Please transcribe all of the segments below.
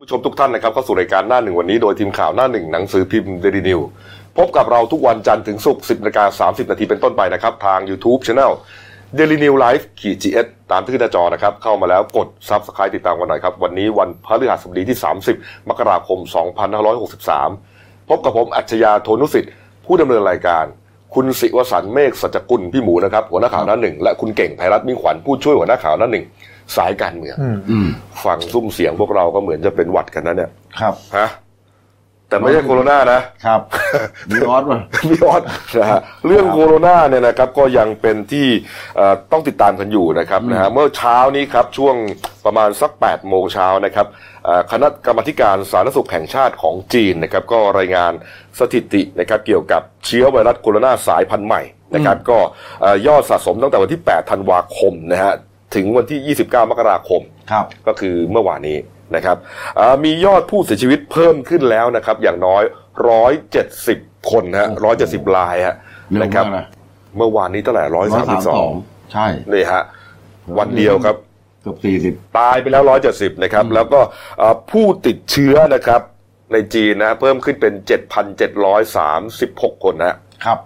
ผู้ชมทุกท่านนะครับเข้าสู่รายการหน้าหนึ่งวันนี้โดยทีมข่าวหน้าหนึ่งหนังสือพิมพ์เดลินิวพบกับเราทุกวันจันทร์ถึงศุกร์10นาฬิกา30 นาทีเป็นต้นไปนะครับ ทาง YouTube Channel d a i l y New Life ขีดจีเอสตามที่ขึ้นหน้าจอนะครับ เข้ามาแล้วกด Subscribe ติดตามกันหน่อยครับ วันนี้วันพฤหัสบดีที่ 30 มกราคม 2563 พบกับผมอัจฉริยะโทนุสิทธิ์ ผู้ดำเนินรายการ คุณศิวสันต์เมฆสัจกุลพี่หมูนะครับหัวหน้าข่าวหน้าหนึ่งและคุณเก่งไพรัตน์มิ่งขวัญผู้ช่วยหัวหน้าข่าวหน้าหนึ่งสายการเมือง ฟังซุ่มเสียงพวกเราก็เหมือนจะเป็นหวัดกันนะเนี่ย ครับ ฮะ แต่ไม่ใช่โคโรนานะ ครับมีออสป่ะ พี่ออสนะ ฮะเรื่องโคโรนาเนี่ยนะครับก็ยังเป็นที่เอ่อต้องติดตามกันอยู่นะครับนะฮะเมื่อเช้านี้ครับช่วงประมาณสัก8โมงเช้านะครับเอ่อคณะกรรมาธิการสาธารณสุขแห่งชาติของจีนนะครับก็รายงานสถิตินะครับเกี่ยวกับเชื้อไวรัสโคโรนาสายพันธุ์ใหม่นะครับก็เอ่อยอดสะสมตั้งแต่วันที่ 8 ธันวาคมนะฮะถึงวันที่ 29 มกราคม ครับ ก็คือเมื่อวานนี้นะครับเอ่อมียอดผู้เสียชีวิตเพิ่มขึ้นแล้วนะครับ อย่างน้อย 170 คนฮะ170รายฮะ เร็ว นะครั มา บ กนะ เมื่อวานนี้เท่าไหร่ ร้อยสามสอง 132 ใช่ นี่ฮะวันเดียวครับ เกือบสี่สิบ ตายไปแล้ว 170 นะครับ แล้วก็เอ่อผู้ติดเชื้อนะครับ ในจีนนะเพิ่มขึ้นเป็น 7,736 คนนะครับ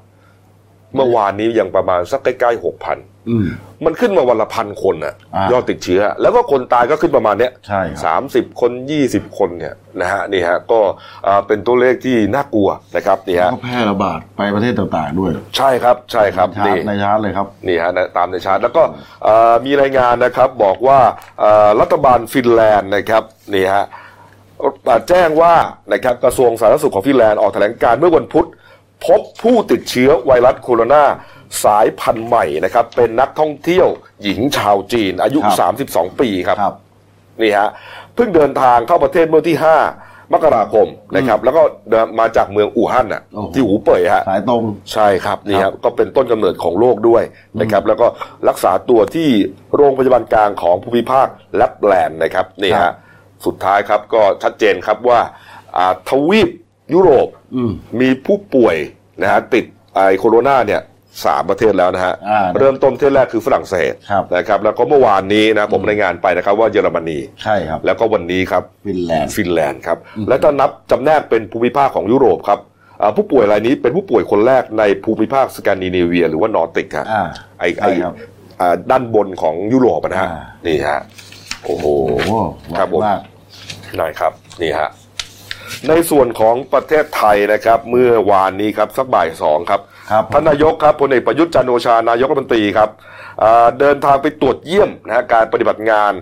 เมื่อวานนี้ยังประมาณสักใกล้ๆ6,000 อืม มันขึ้นมาวันละพันคนน่ะ อ่าย อดติดเชื้อ แล้วก็คนตายก็ขึ้นประมาณเนี้ย ใช่ครับ สามสิบคนยี่สิบคนเนี่ยนะฮะนี่ฮะก็อ่าเป็นตัวเลขที่น่ากลัวนะครับนี่ แล้ ฮะ วก็แพร่ระบาดไปประเทศต่างๆด้วย ใช่ครับใช่ครับ ชาร์ นี่ จในชาร์จเลยครับ นี่ฮะนะตามในชาร์ตแล้วก็อ่ามีรายงานนะครับบอกว่าอ่ารัฐบาลฟินแลนด์นะครับนี่ฮะอ่าแจ้งว่านะครับกระทรวงสาธารณสุขของฟินแลนด์ออกแถลงการเมื่อวันพุธ พบผู้ติดเชื้อไวรัสโคโรนาสายพันธุ์ใหม่นะครับเป็นนักท่องเที่ยวหญิงชาวจีนอายุ ครับ 32 ปีครับ ครับ นี่ฮะเพิ่งเดินทางเข้าประเทศเมื่อที่ 5 มกราคมนะครับแล้วก็เดินมาจากเมืองอู่ฮั่นน่ะ โอ้โห ที่หูเป่ยฮะ สายตรง ใช่ครับนี่ครับก็เป็นต้นกำเนิดของโลกด้วยนะครับแล้วก็รักษาตัวที่โรงพยาบาลกลางของภูมิภาคแลปแลนด์นะครับนี่ ครั ฮะ บ สุดท้ายครับก็ชัดเจนครับว่าอ่าทวีปยุโรป อืม มีผู้ป่วยนะฮะติดไอโคโรนาเนี่ยสามประเทศแล้วนะฮะ อ่า เริ่มต้นประเทศแรกคือฝรั่งเศส ครับ นะครับแล้วก็เมื่อวานนี้นะผมรายงานไปนะครับว่าเยอรมนี ใช่ครับ แล้วก็วันนี้ครับ ฟินแลนด์ ฟินแลนด์ครับและถ้านับจำแนกเป็นภูมิภาคของยุโรปครับอ่าผู้ป่วยรายนี้เป็นผู้ป่วยคนแรกในภูมิภาคสแกนดิเนเวีย หรือว่านอร์ติกฮะ อ่า ไอไอ ใช่ครับ อ่าด้านบนของยุโรปนะฮะ อ่า นี่ฮะโอ้โห โอ้โห ครับผม มาก ได้ครับนี่ฮะในส่วนของประเทศไทยนะครับ เมื่อวานนี้ครับสักบ่ายสองครับ ครับผม ท่านนายกครับพลเอกประยุทธ์จันทร์โอชานายกรัฐมนตรีครับอ่าเดินทางไปตรวจเยี่ยมนะฮะการปฏิบัติงาน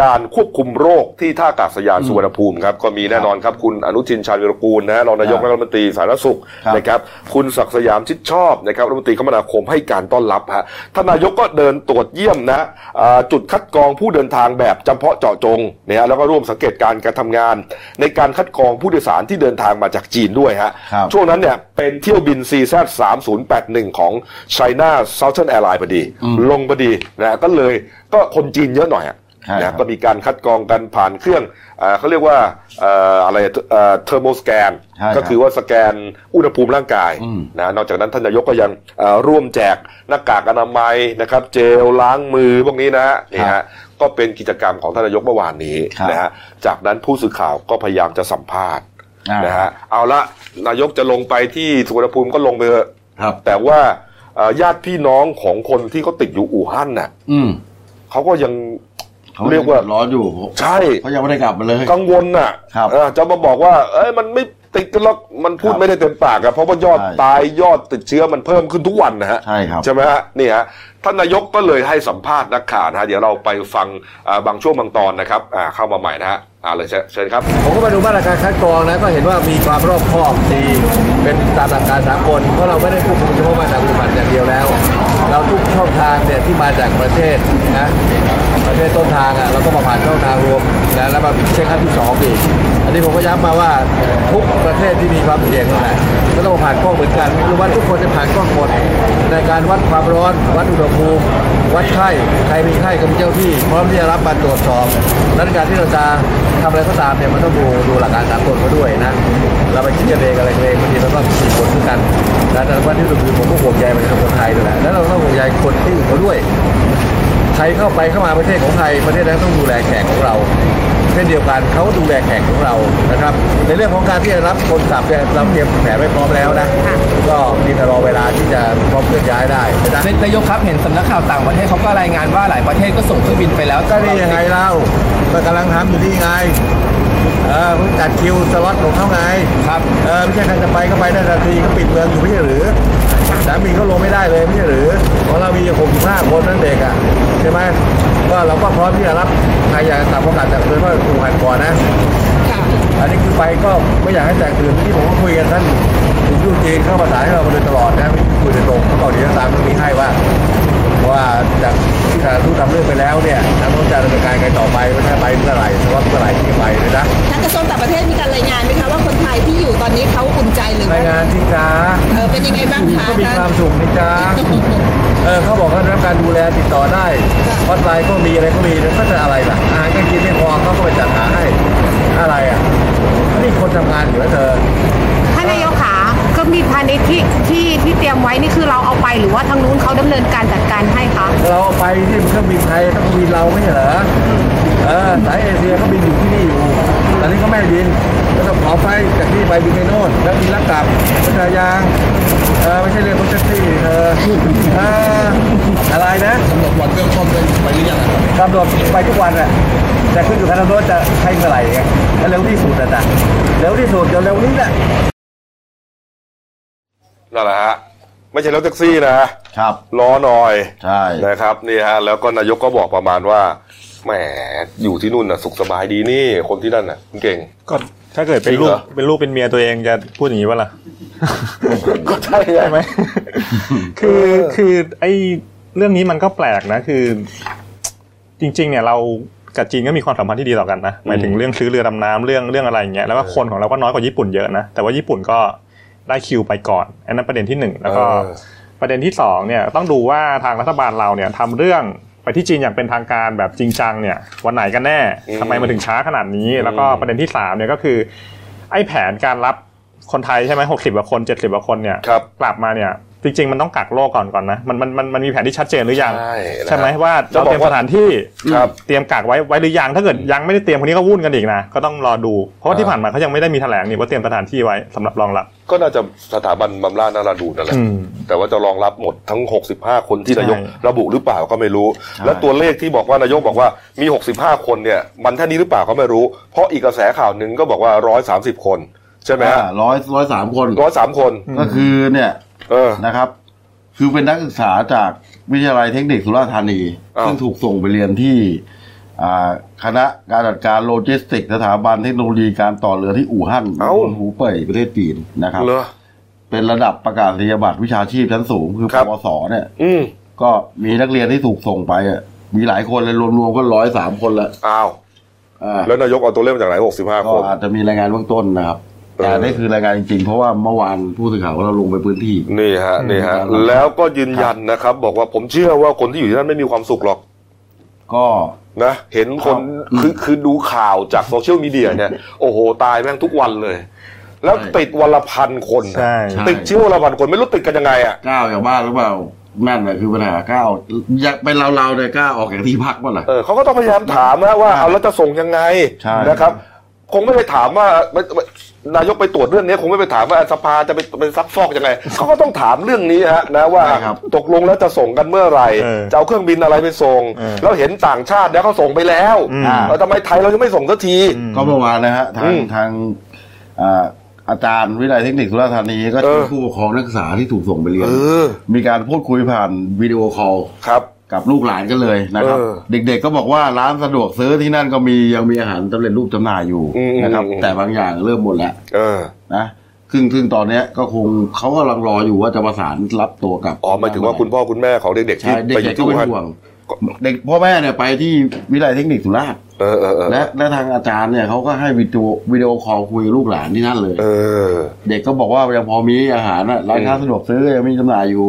ด่านควบคุมโรคที่ท่าอากาศยานสุวรรณภูมิครับก็มีแน่นอนครับคุณอนุทินชาญวิรกูลนะฮะรองนายก ครับ รัฐมนตรีสาธารณสุข ครับ นะครับ คุณศักดิ์สยามชิดชอบนะครับรัฐมนตรีคมนาคมให้การต้อนรับฮะท่านนายกก็เดินตรวจเยี่ยมนะอ่าจุดคัดกรองผู้เดินทางแบบจำเพาะเจาะจงเนี่ยฮะแล้วก็ร่วมสังเกตการการทำงาน ในการคัดกรองผู้โดยสารที่เดินทางมาจากจีนด้วยฮะ ครับ ช่วงนั้นเนี่ยเป็นเที่ยวบิน CZ 3 0 8 1ของ China Southern Airlines พอดี ลงพอดีนะก็เลยก็คนจีนเยอะหน่อยอะ ใช่ครับ นะก็มีการคัดกรองกันผ่านเครื่องเออเขาเรียกว่าเอ่ออะไรเทอร์โมสแกน ใช่ครับ ก็คือว่าสแกนอุณหภูมิร่างกาย อืม นะนอกจากนั้นท่านนายกก็ยังเอ่อร่วมแจกหน้ากากอนามัยนะครับ เจลล้างมือพวกนี้นะฮะนี่ ครั ฮะ บ ก็เป็นกิจกรรมของท่านนายกเมื่อวานนี้ ครับ นะฮะจากนั้นผู้สื่อข่าวก็พยายามจะสัมภาษณ์ อ่า นะฮะเอาละนายกจะลงไปที่สุวรรณภูมิก็ลงไปเถอะ ครับ แต่ว่าเอ่อญาติพี่น้องของคนที่เขาติดอยู่อู่ฮั่นน่ะ อืม เขาก็ยัง ข เรียกว่า ร้อนอยู่ ใช่ เขายังไม่ได้กลับมาเลย กังวลน่ะ ครับ เออจะมาบอกว่า เอ้ยมันไม่ติดกันหรอกมันพูด ครับ ไม่ได้เต็มปากอะเพราะว่ายอด ใช่ ตายยอดติดเชื้อมันเพิ่มขึ้นทุกวันนะฮะ ใช่ครับ ใช่ไหมฮะนี่ฮะท่านนายกก็เลยให้สัมภาษณ์นักข่าวนะฮะเดี๋ยวเราไปฟังอ่าบางช่วงบางตอนนะครับอ่าเข้ามาใหม่นะฮะอ่าเลยเชิญเชิญครับ ผมก็มาดูมาตรการคัดกรองนะก็เห็นว่ามีความรอบคอบดีเป็นตามหลักการสากลเพราะเราไม่ได้ควบคุมเฉพาะมาจากอุบัติอย่างเดียวแล้ว เราทุกช่องทางเนี่ยที่มาจากประเทศนะประเทศต้นทางอ่ะเราก็มาผ่านช่องทางรวมนะแล้วมาเช็คขั้นที่สองอีกอันนี้ผมก็ย้ำมาว่าทุกประเทศที่มีความเสี่ยงนั่นแหละก็ต้องผ่านกล้องเหมือนกันคือว่าทุกคนจะผ่านกล้องหมดในการวัดความร้อน วัดอุณหภูมิวัดไข้ใครมีไข้ก็มีเจ้าที่พร้อมที่จะรับมาตรวจสอบดังนั้นการที่เราจะ ทำอะไรก็ตามเนี่ยมันต้องดูดูหลักการสากลเขาด้วยนะ เราไปคิดกันเองอะไรกันเองบางทีเราก็ผิดกฎเหมือนกันนะแต่ว่าที่สุดคือผมก็ห่วงใยประชาชนคนไทยด้วยแหละแล้วเราต้องห่วงใยคนที่อื่นเขาด้วย ใครเข้าไปเข้ามาประเทศของไทยประเทศนั้นต้องดูแลแขกของเรา เช่นเดียวกันเขาดูแลแขกของเรานะครับ ในเรื่องของการที่จะรับคนสับเนี่ยเราเตรียมแผนไว้พร้อมแล้วนะก็มีแต่รอเวลาที่จะพร้อมเคลื่อนย้ายได้นะ นนายกครับเห็นสำนักข่าวต่างประเทศเขาก็รายงานว่าหลายประเทศก็ส่งเครื่องบินไปแล้ว ก็นี่ยังไงเล่าก็กำลังทำอยู่ที่ไงเออเพิ่งจัดคิวสล็อตของเขาไง ครับ เออไม่ใช่ใครจะไปก็ไปได้ทันทีก็ปิดเมืองอยู่ไม่ใช่หรือสามีก็ลงไม่ได้เลยไม่ใช่หรือของเรามีอยู่65คนนั่นเด็กอ่ะใช่ไหมก็เราก็พร้อมที่จะรับใครอยากจะกลับก็กลับจากเพื่อนว่ากลุ่มหันก่อนนะอันนี้คือไปก็ไม่อยากให้แตกตื่นที่ผมก็คุยกันท่านคุณยูจีนเข้าประสานให้เรามาโดยตลอดนะคุยโดยตรงเขาบอกเดี๋ยวจะตามตรงนี้ให้ว่า ว่าจากที่ทางทูตทำเรื่องไปแล้วเนี่ยทางต้องจะดำเนินการกันต่อไปว่าถ้าไปเมื่อไหร่ว่าเมื่อไหร่ที่จะไปเลยนะ ทางกระทรวงต่างประเทศมีการรายงานไหมคะว่าคนไทยที่อยู่ตอนนี้เขาอุ่นใจหรือ รา ว่าย งานที่จ้า เออเป็นยังไงบ้างคะ ก็มี ท่าน ความสุขนะจ๊ะ เออเขาบอกว่าได้รับการดูแลติดต่อได้ จ้ะ ฮอตไลน์ก็มีอะไรก็มีแล้วก็จะอะไรล่ะ อาหารก็กินไม่พอเขาก็ไปจัดหาให้ อะไรอ่ะ นี่คนทำงานอยู่แล้วเธอ ท่านนายกขาเครื่องบินพาณิชย์ที่ที่ที่เตรียมไว้นี่คือเราเอาไปหรือว่าทางนู้นเขาดำเนินการจัดการให้คะ เราเอาไปที่เครื่องบินไทยต้องบินเราไม่ใช่เหรอ เออสายเอเชียก็บินอยู่ที่นี่อยู่ ตอนนี้ก็ไม่ได้บินก็ต้องขอไฟจากที่ไปบินไปโน่นแล้วบินลักกลับพัทยางเออไม่ใช่เรื่องรถแท็กซี่เออเอออะไรนะกำหนดวันเริ่มต้นไปหรือยังกำหนดไปทุกวันอะแต่ขึ้นอยู่กับทางรถจะให้เมื่อไหร่ไงแล้วเร็วที่สุดอะจ้ะเร็วที่สุดเดี๋ยวเร็วนี้แหละ นั่นแหละฮะไม่ใช่รถแท็กซี่นะ ครับ ล้อหน่อย ใช่ นะครับนี่ฮะแล้วก็นายกก็บอกประมาณว่าแหมอยู่ที่นู่นน่ะสุขสบายดีนี่คนที่นั่นน่ะคุณเก่ง ก็ถ้าเกิดเป็น จริง ลู เห ก รอ เป็นลูกเป็นเมียตัวเองจะพูดอย่างนี้ป่ะล่ะ ก็ใช่ไง ใช่ไหม คือคือไอเรื่องนี้มันก็แปลกนะ คือ จริง ๆ เนี่ยเรากับจีนก็มีความสัมพันธ์ที่ดีต่อกันนะหมายถึงเรื่องซื้อเรือดำน้ำเรื่องเรื่องอะไรอย่างเงี้ยแล้วก็คนของเราก็น้อยกว่าญี่ปุ่นเยอะนะแต่ว่าญี่ปุ่นก็ได้คิวไปก่อนอันนั้นประเด็นที่หนึ่งแล้วก็ เออ ประเด็นที่สองเนี่ยต้องดูว่าทางรัฐบาลเราเนี่ยทำเรื่องไปที่จีนอย่างเป็นทางการแบบจริงจังเนี่ยวันไหนกันแน่ อืม ทำไมมันถึงช้าขนาดนี้ อืม แล้วก็ประเด็นที่สามเนี่ยก็คือไอ้แผนการรับคนไทยใช่ไหมหกสิบกว่าคนเจ็ดสิบกว่าคนเนี่ย ครับ กลับมาเนี่ยจริง ๆ มันต้องกักโรคก่อนก่อนนะมันมันมันมันมีแผนที่ชัดเจนหรือยัง ใช่นะ ไหมว่า จะ เรา บอกว่า เตรียมสถานที่ ครับ เตรียมกักไว้ไว้หรือยังถ้าเกิดยังไม่ได้เตรียมคนนี้ก็วุ่นกันอีกนะก็ต้องรอดูเพราะว่าที่ผ่านมาเขายังไม่ได้มีแถลงนี่ว่าเตรียมสถานที่ไว้สำหรับรองรับ ก็น่าจะสถาบันบำราศนาราดูนนั่นแหละ อืม แต่ว่าจะรองรับหมดทั้ง 65 คนที่นายก ใช่ ระบุหรือเปล่าก็ไม่รู้ และตัวเลขที่บอกว่านายกบอกว่ามี 65 คนเนี่ย มันเท่านี้หรือเปล่าก็ไม่รู้ เพราะอีกกระแสข่าวหนึ่งก็บอกว่า 130 คน ใช่ไหมฮะ ร้อยร้อยสามคน ร้อยสามคน ก็คือเนี่ย เออ นะครับ คือเป็นนักศึกษาจากวิทยาลัยเทคนิคสุราษฎร์ธานี อ้าว ซึ่งถูกส่งไปเรียนที่อ่าคณะการจัดการโลจิสติกส์สถาบันเทคโนโลยีการต่อเรือที่อู่ฮั่น เอ้า ณหูเป่ยประเทศจีนนะครับ เหรอ เป็นระดับประกาศนียบัตรวิชาชีพชั้นสูง คือ ค ป รับ วสเนี่ย อืม ก็มีนักเรียนที่ถูกส่งไปอะมีหลายคนเลยรวมๆก็ร้อยสามคนละ อ้าว อ่า แล้วนายกเอาตัวเลขมาจากไหน 65 ก็ คน อาจจะมีรายงานเบื้องต้นนะครับ เออ แต่นี่คือรายงานจริงๆ เพราะว่าเมื่อวานผู้สื่อข่าวของเราลงไปพื้นที่ นี่ฮะ นี่ฮะ แล้วก็ยืนยันนะครับ บอกว่าผมเชื่อว่าคนที่อยู่ที่นั่นไม่มีความสุขหรอก ก็ นะเห็นคน ครับ คือคือดูข่าวจากโซเชียลมีเดียเนี่ย โอ้โห ตายแม่งทุกวันเลย แล้ว ใช่ ติดวันละพันคนนะ ใช่ ใช่ ติดเชื้อวันละพันคนไม่รู้ติดกันยังไงอ่ะ ก้าวจากบ้านหรือเปล่า นั่นแหละคือปัญหาก้าวอยากเป็นเราๆเนี่ยกล้าออกจากที่พักบ้างล่ะ เออเขาก็ต้องพยายามถามนะว่าเอาแล้วจะส่งยังไง ใช่ นะครับ คงไม่ไปถามว่าไม่ไม่นายกไปตรวจเรื่องนี้คงไม่ไปถามว่าสภาจะไปไปซักฟอกยังไงเขาก็ต้องถามเรื่องนี้ฮะนะว่าตกลงแล้วจะส่งกันเมื่อไหร่ เออ จะเอาเครื่องบินอะไรไปส่ง เออ แล้วเห็นต่างชาติเนี่ยเขาส่งไปแล้ว อืม แล้วทำไมไทยเรายังไม่ส่งสักที ก็เมื่อวานนะฮะ ทา อื ง ม ทางอ่าอาจารย์วิทยาลัยเทคนิคสุราษฎร์ธานี ก็ เอ เชิ อ ญผู้ปกครองนักศึกษาที่ถูกส่งไปเรีย เอน อ มีการพูดคุยผ่านวิดีโอคอล ครับ กับลูกหลานกันเลยนะครับ เออ เด็กๆก็บอกว่าร้านสะดวกซื้อที่นั่นก็มียังมีอาหารสำเร็จรูปจำหน่ายอยู่ อืม นะครับ อืม แต่บางอย่างเริ่มหมดแล้ว เออ นะซึ่งซึ่งตอนเนี้ยก็คงเขากำลังรออยู่ว่าจะประสานรับตัวกลับ อ๋อหมายถึงว่าคุณพ่อคุณแม่ของเด็กๆที่ ใช่เด็ ไป ก อยู่ ๆก็ ที่ เป็น อู่ฮั่น ห่วง เด็กพ่อแม่เนี่ยไปที่วิทยาลัยเทคนิคสุราษฎร์ เออเออเออ และและทางอาจารย์เนี่ยเขาก็ให้วิดีโอวิดีโอคอลคุยกับลูกหลานที่นั่นเลย เออ เด็กก็บอกว่ายังพอมีอาหารน่ะร้านค้าสะดวกซื้อยังมีจำหน่ายอยู่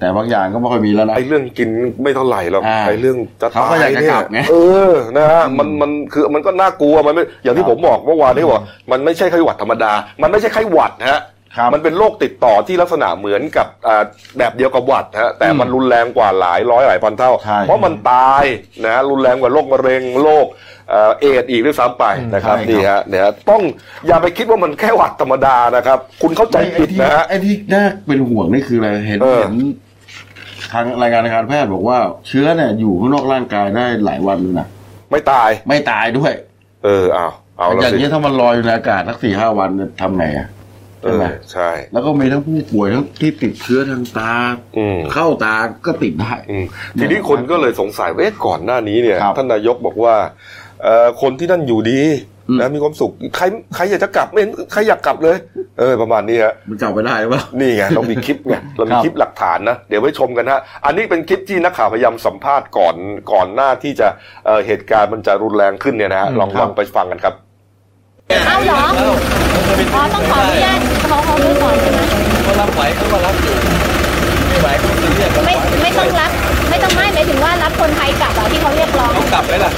แต่บางอย่างก็ไม่ค่อยมีแล้วนะ ไอ้เรื่องกินไม่เท่าไหร่หรอก อ่า ไอ้เรื่องจะ เขา ตา ก็อย ยากจะ เนี่ยกลับไง เออนะฮะมันมันคือมันก็น่ากลัวมันไม่อย่างที่ผมบอกเมื่อวานนี้บอกมันไม่ใช่ไข้หวัดธรรมดา มันไม่ใช่ไข้หวัดนะฮะ ครับ มันเป็นโรคติดต่อที่ลักษณะเหมือนกับอ่าแบบเดียวกับหวัดนะฮะแต่มันรุนแรงกว่าหลายร้อยหลายพันเท่า ใช่ เพราะมันตายนะฮะรุนแรงกว่าโรคมะเร็งโรค เอ่อเอดอีกด้วยซ้ำไปนะครับ ใช่ครับ นี่ฮะเนี่ยฮะต้องอย่าไปคิดว่ามันแค่หวัดธรรมดานะครับ คุณเข้าใจผิดนะฮะ ไอ้ที่น่าเป็นห่วงนี่คืออะไรเห็น เออ เห็นทางรายการทางการแพทย์บอกว่า เชื้อเนี่ยอยู่ข้างนอกร่างกายได้หลายวันเลยนะ ไม่ตาย ไม่ตายด้วย เออเอาเอาแล้ว อย่าง สิ นี้ยถ้ามันลอยอยู่ในอากาศสักสี่ห้าวันเนี่ยทำไงอ่ะ เออใช่ไหม ใช่ แล้วก็มีทั้งผู้ป่วยทั้งที่ติดเชื้อทางตา อืม เข้าตาก็ติดได้ อืมทีนี้คนก็เลยสงสัยว่าเอ๊ะก่อนหน้านี้เนี่ย ครับ ท่านนายกบอกว่าเอ่อคนที่นั่นอยู่ดี อืม นะมีความสุขใครใครอยากจะกลับไม่เห็นใครอยากกลับเลย เออ ประมาณนี้ฮะ มันจับไปได้หรือเปล่า นี่ไงเรามี คลิปไงเรามีคลิปหลักฐานนะ เดี๋ยวไว้ชมกันฮะ อันนี้เป็นคลิปที่นักข่าวพยายามสัมภาษณ์ก่อนก่อนหน้าที่จะเอ่อเหตุการณ์มันจะรุนแรงขึ้นเนี่ยนะฮะลองลองไปฟังกันครับ เอ้าเหรออ๋อต้องขออนุญาตเขาเขาด้วยก่อนใช่ไหมเขารับไหวเขาก็รับอยู่ไม่ไหวก็ไม่เรียกไม่ไม่ต้องรับ ไม่ต้องไม่หมายถึงว่ารับคนไทยกลับอะที่เขาเรียกร้อง กลับไหมล่ะ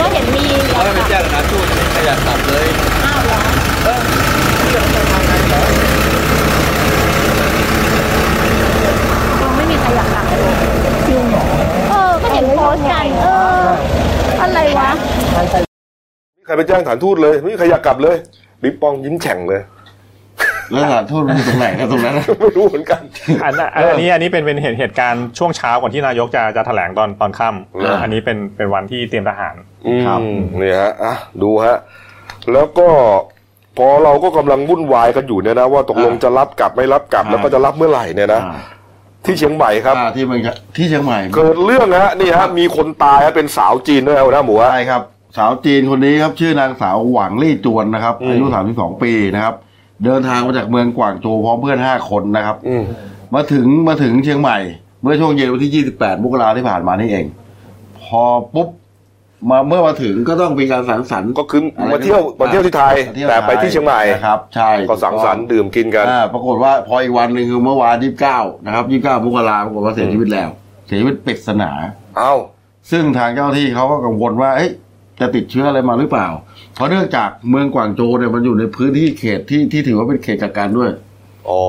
ก็เห็นมี เขาให้ไป กลับ แจ้งสถานทูตไม่อยากกลับเลย อ้าวเหรอ คงไม่มีใครอยากกลับเลยเออ ก็เห็นโพสต์กัน เออ อะไรวะ ใครไปแจ้งฐานทูตเลย ไม่มีใครอยากกลับเลยบิ๊กปองยิ้มแฉ่งเลย แล้วสถานทูตมันอยู่ตรงไหนนะตรงนั้นนะ ไม่รู้เหมือนกัน อันนั้นอันอันนี้อันนี้เป็นเป็นเหตุเหตุการณ์ช่วงเช้าก่อนที่นายกจะจะแถลงตอนตอนค่ำอันนี้เป็นเป็นวันที่เตรียมทหาร ครับนี่ฮะอ่ะดูฮะ แล้วก็พอเราก็กำลังวุ่นวายกันอยู่เนี่ยนะว่าตกลงจะรับกลับไม่รับกลับแล้วก็จะรับเมื่อไหร่เนี่ยนะ อ่า ที่เชียงใหม่ครับ อ่าที่มันก็ที่เชียงใหม่ เกิดเรื่องฮะนี่ฮะมีคนตายฮะเป็นสาวจีนด้วยนะหัวหน้าหมูฮะ ใช่ครับ สาวจีนคนนี้ครับ ชื่อนางสาวหวังลี่จวนนะครับ อายุ 32 ปีนะครับ เดินทางมาจากเมืองกวางโจวพร้อมเพื่อน 5 คนนะครับ อืม มาถึงมาถึงเชียงใหม่ เมื่อช่วงเย็นวันที่ 28 มกราที่ผ่านมานี่เอง พอปุ๊บ มาเมื่อมาถึงก็ต้องมีการสังสรรค์ ก็คือ อะไร มาเที่ยวมาเที่ยวที่ไทย มาเที่ยว แต่ไปที่เชียงใหม่ นะครับ ใช่ ก็สังสรรค์ดื่มกินกัน อ่าปรากฏว่าพออีกวันหนึ่งคือเมื่อวาน 29 นะครับ 29 มกราปรากฏว่าเสียชีวิตแล้ว เสียชีวิตปริศนา เอ้า ซึ่งทางเจ้าหน้าที่เขาก็กังวลว่าเอ๊ะจะติดเชื้ออะไรมาหรือเปล่า เพราะเนื่องจากเมืองกวางโจวเนี่ยมันอยู่ในพื้นที่เขตที่ที่ถือว่าเป็นเขตกักกันด้วย อ๋อ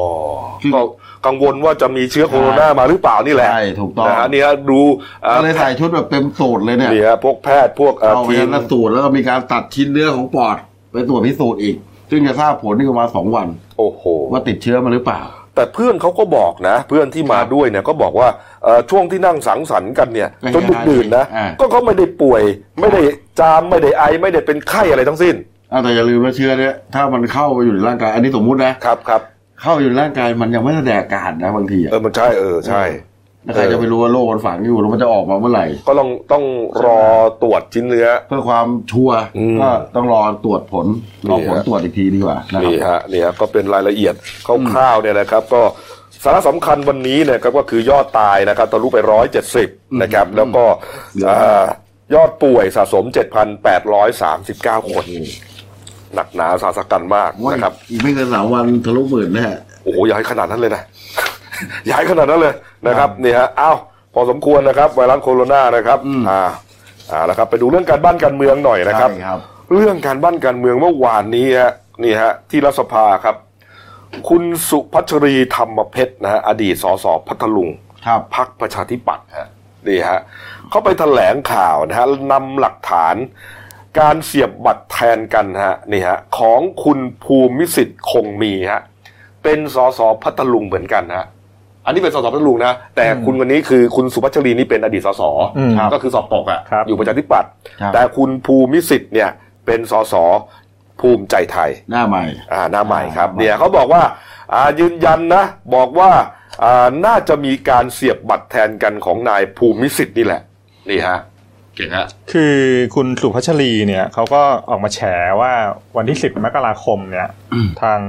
คือ ก็กังวลว่าจะมีเชื้อโคโรนามาหรือเปล่านี่แหละ ใช่ถูกต้อง นะฮะนี่ฮะดูเอ่อ ก็เลยใส่ชุดแบบเต็มสูตรเลยเนี่ย นี่ฮะพวกแพทย์พวกเอ่อ เอาไป ทีม ชันสูตรแล้วก็มีการตัดชิ้นเนื้อของปอดไปตรวจพิสูจน์อีก ซึ่งจะทราบผลนี่ประมาณสองวัน โอ้โห ว่าติดเชื้อมาหรือเปล่า แต่เพื่อนเขาก็บอกนะ เพื่อนที่มาด้วยเนี่ยก็บอกว่าเอ่อช่วงที่นั่งสังสรรค์กันเนี่ย ไม่ จนดึกดื่นนะ อ่า ก็เขาไม่ได้ป่วย ไม่ได้จามไม่ได้ไอไม่ได้เป็นไข้อะไรทั้งสิ้น อ่ะแต่อย่าลืมว่าเชื้อเนี่ยถ้ามันเข้าไปอยู่ในร่างกาย อันนี้สมมุตินะ ครับครับ เข้าอยู่ในร่างกายมันยังไม่แสดงอาการนะบางที เอ อ่ะ อมันใช่เออใช่ แล้วใคร เออ จะไปรู้ว่าโรคมันฝังอยู่แล้วมันจะออกมาเมื่อไหร่ ก็ต้องต้องรอตรวจชิ้นเนื้อ เพื่อความชัวร์ อืม ก็ต้องรอตรวจผลรอผนี่ลฮะ ตรวจอีกทีดีกว่านะครั นี่ บ ฮะนี่ฮะก็เป็นรายละเอียดคร่าวๆเนี่ยนะครับ ก็สาระสำคัญวันนี้เนี่ยครับก็คือยอดตายนะครับทะลุไป 170 นะครับ แล้วก็อ่ายอดป่วยสะสม 7,839 คน หนักหนาสาหัสกันมาก ว่า นะครับ อีกไม่เกินสามวันทะลุหมื่นแน่ โอ้โหอย่าให้ขนาดนั้นเลยนะ อย่าให้ขนาดนั้นเลยนะครับนี่ฮะอ้าวพอสมควรนะครับไวรัสโคโรนานะครับอ่าอ่าแล้วครับไปดูเรื่องการบ้านการเมืองหน่อยนะครับ ใช่ครับ เรื่องการบ้านการเมืองเมื่อวานนี้ฮะนี่ฮะที่รัฐสภาครับ คุณสุพัชรีธรรมเพชรนะฮะอดีตสสพัทลุง ครับ พักประชาธิปัตย์ฮะนี่ฮะเขาไปแถลงข่าวนะฮะนำหลักฐาน การเสียบบัตรแทนกันฮะนี่ฮะของคุณภูมิสิทธิ์คงมีฮะเป็นสสพัทลุงเหมือนกันฮะอันนี้เป็นสสพัทลุงนะแต่คุณคนนี้คือคุณสุพัชรีนี่เป็นอดีตสส อืม ก็คือสอบตกอ่ะ ครับ อยู่ประชาธิปัตย์ ครับ แต่คุณภูมิสิทธิ์เนี่ยเป็นสสภูมิใจไทย หน้าใหม่ อ่าหน้าใหม่ครับ อ่า เนี่ยเขาบอกว่าอ่ายืนยันนะ บอกว่าอ่าน่าจะมีการเสียบบัตรแทนกันของนายภูมิสิทธิ์นี่แหละ นี่ฮะ เก่งฮะ คือคุณสุพัชรีเนี่ยเขาก็ออกมาแฉว่าวันที่ 10 มกราคมเนี่ยทาง